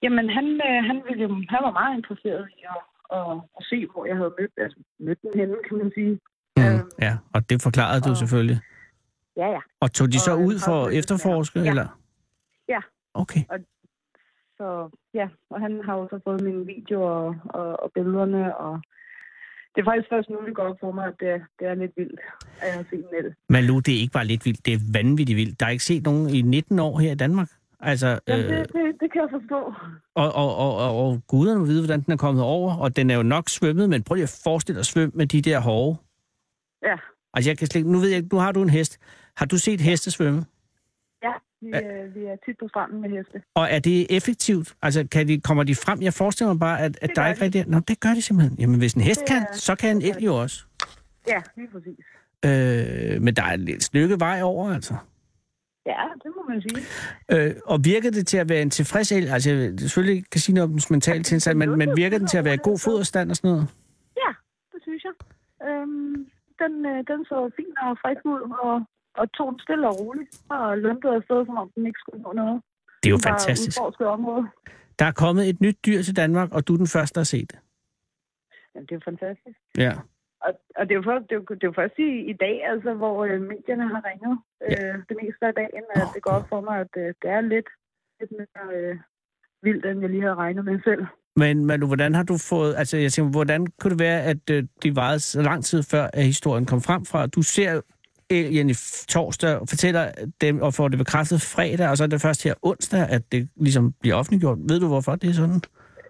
S10: jamen, han, øh, han, ville, jo, han var meget interesseret i at, at, at se, hvor jeg havde mødt, altså, mødt den henne, kan man sige.
S4: Mm, øhm, ja, og det forklarede og, du selvfølgelig.
S10: Ja, ja.
S4: Og tog de så og, ud for at efterforske,
S10: ja.
S4: eller?
S10: Ja.
S4: Okay.
S10: Og, så, ja, og han har jo så fået mine videoer og, og, og billederne, og det er faktisk først nu, det går op for mig, at det, det er lidt vildt, at jeg har set Nell.
S4: Malu, det er ikke bare lidt vildt, det er vanvittigt vildt. Der er ikke set nogen i 19 år her i Danmark. Altså,
S10: Jamen, øh, det, det, det kan jeg forstå.
S4: Og, og, og, og, og guderne vide, hvordan den er kommet over, og den er jo nok svømmet, men prøv lige at forestille dig at svømme med de der hårde.
S10: Ja.
S4: Altså, jeg kan slet, nu ved jeg nu har du en hest. Har du set heste svømme?
S10: Ja, vi, øh, vi er tit på stranden med heste.
S4: Og er det effektivt? Altså, kan de, kommer de frem? Jeg forestiller mig bare, at, at der er ikke rigtig... Nå, det gør de simpelthen. Jamen, hvis en hest det, kan, så kan en el jo også.
S10: Ja, lige præcis.
S4: Øh, men der er et stykke vej over, altså.
S10: Ja, det må man sige.
S4: Øh, og virkede det til at være en tilfreds el? Altså, selvfølgelig kan sige noget om dens
S10: Altså,
S4: mentale tilstand, men, men virkede den til at være i god foderstand og sådan noget?
S10: Ja, det synes jeg. Øhm den, den så fin og frisk ud, og, og tog den stille og roligt, og løntede afsted, som om den ikke skulle nå noget.
S4: Det er jo den fantastisk.
S10: område.
S4: Der er kommet et nyt dyr til Danmark, og du er den første, der har set det.
S10: Jamen, det er jo fantastisk.
S4: Ja.
S10: Og, og det er jo først, det er, det er først i, i dag, altså, hvor øh, medierne har ringet øh, ja. det meste af dagen, at oh, det går op for mig, at øh, det er lidt, lidt mere øh, vildt, end jeg lige havde regnet med selv.
S4: Men, men hvordan har du fået... Altså, jeg tænker, hvordan kunne det være, at øh, det varede så lang tid før, at historien kom frem fra? Du ser alien i torsdag og fortæller dem og får det bekræftet fredag, og så er det først her onsdag, at det ligesom bliver offentliggjort. Ved du, hvorfor det er sådan?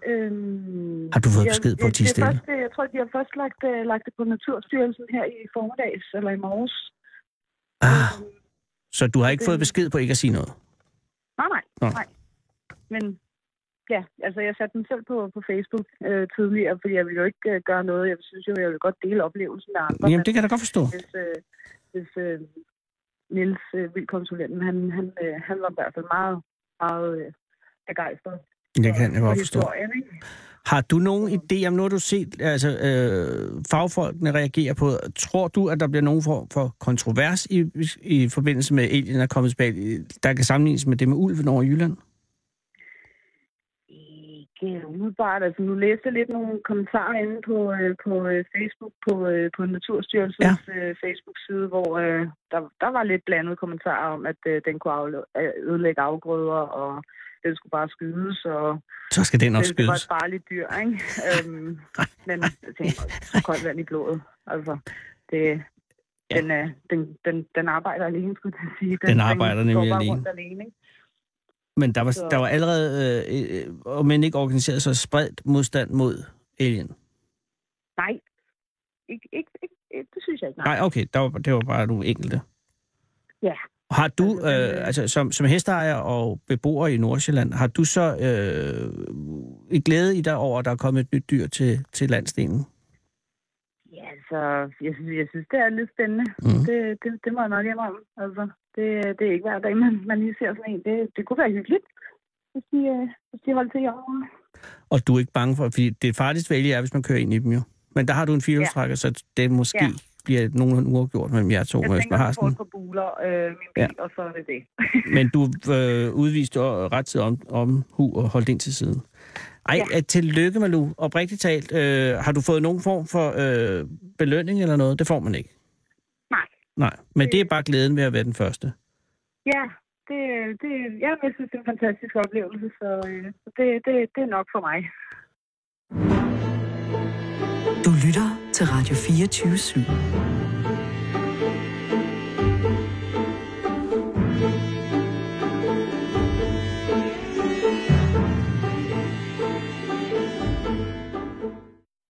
S10: Øhm,
S4: har du fået besked på tidsdag?
S10: Jeg tror, de har først lagt, øh, lagt det på Naturstyrelsen her i formiddags eller i morges.
S4: Ah, øhm, så du har ikke øh, fået besked på ikke at sige noget?
S10: Nej, nej. Nå. nej. Men ja, altså jeg satte den selv på, på Facebook øh, tidligere, fordi jeg ville jo ikke øh, gøre noget. Jeg synes jo, jeg ville godt dele oplevelsen med andre.
S4: Jamen, det kan jeg da godt forstå.
S10: Hvis, øh, hvis øh, Niels, øh, vildkonsulenten, han, han, øh, han var i hvert fald meget, meget øh, begejstret.
S4: Det kan jeg godt forstå. Har du nogen idé om, nu har du set, altså øh, fagfolkene reagerer på, tror du, at der bliver nogen form for kontrovers i, i forbindelse med alien, der er kommet tilbage, der kan sammenlignes med det med ulven over Jylland?
S10: ikke umiddelbart. Altså, nu læste jeg lidt nogle kommentarer inde på, øh, på øh, Facebook, på, øh, på Naturstyrelsens ja. øh, Facebook-side, hvor øh, der, der var lidt blandet kommentarer om, at øh, den kunne afle- ødelægge afgrøder, og den skulle bare skydes, og
S4: så skal den også
S10: det,
S4: skydes.
S10: Det var et farligt dyr, ikke? øhm, men jeg tænkte, koldt vand i blodet. Altså, det, ja. den, øh, den, den, den arbejder alene, skulle jeg sige.
S4: Den, den arbejder
S10: den
S4: nemlig
S10: alene. Rundt alene ikke?
S4: Men der var, så... der var allerede, øh, øh, om man ikke organiseret, så spredt modstand mod alien?
S10: Nej. Ik, ikke, ikke, det synes jeg ikke.
S4: Nej, nej okay. Der var, det var bare nogle enkelte.
S10: Ja.
S4: Har du, øh, altså som, som hesteejer og beboer i Nordsjælland, har du så øh, et glæde i dig over, at der er kommet et nyt dyr til, til landstenen?
S10: Ja, altså, jeg synes, jeg synes det er lidt spændende. Mm. Det, det, det må jeg nok indrømme. Altså, det, det er ikke hver dag, man, man lige ser sådan en. Det, det kunne være hyggeligt, hvis de, øh, hvis de holdt til i år.
S4: Og du er ikke bange for, fordi det farligste vælge er, hvis man kører ind i dem jo. Men der har du en firehjulstrækker, ja. så det måske ja. bliver nogenlunde uafgjort mellem jer to,
S10: Jeg
S4: Jesper
S10: tænker, at
S4: Harsen.
S10: jeg får buler øh, min bil,
S4: Ja.
S10: og så er det det.
S4: Men du øh, udviste jo rettidig om, om hu og holdt ind til siden. Ej, ja. tillykke, Malu. Oprigtigt talt, øh, har du fået nogen form for øh, belønning eller noget? Det får man ikke.
S10: Nej.
S4: Nej, men det er bare glæden ved at være den første.
S10: Ja, det, det, ja, jeg synes, det er en fantastisk oplevelse, så øh, så det, det, det er nok for mig.
S1: Du lytter til Radio 24 /7.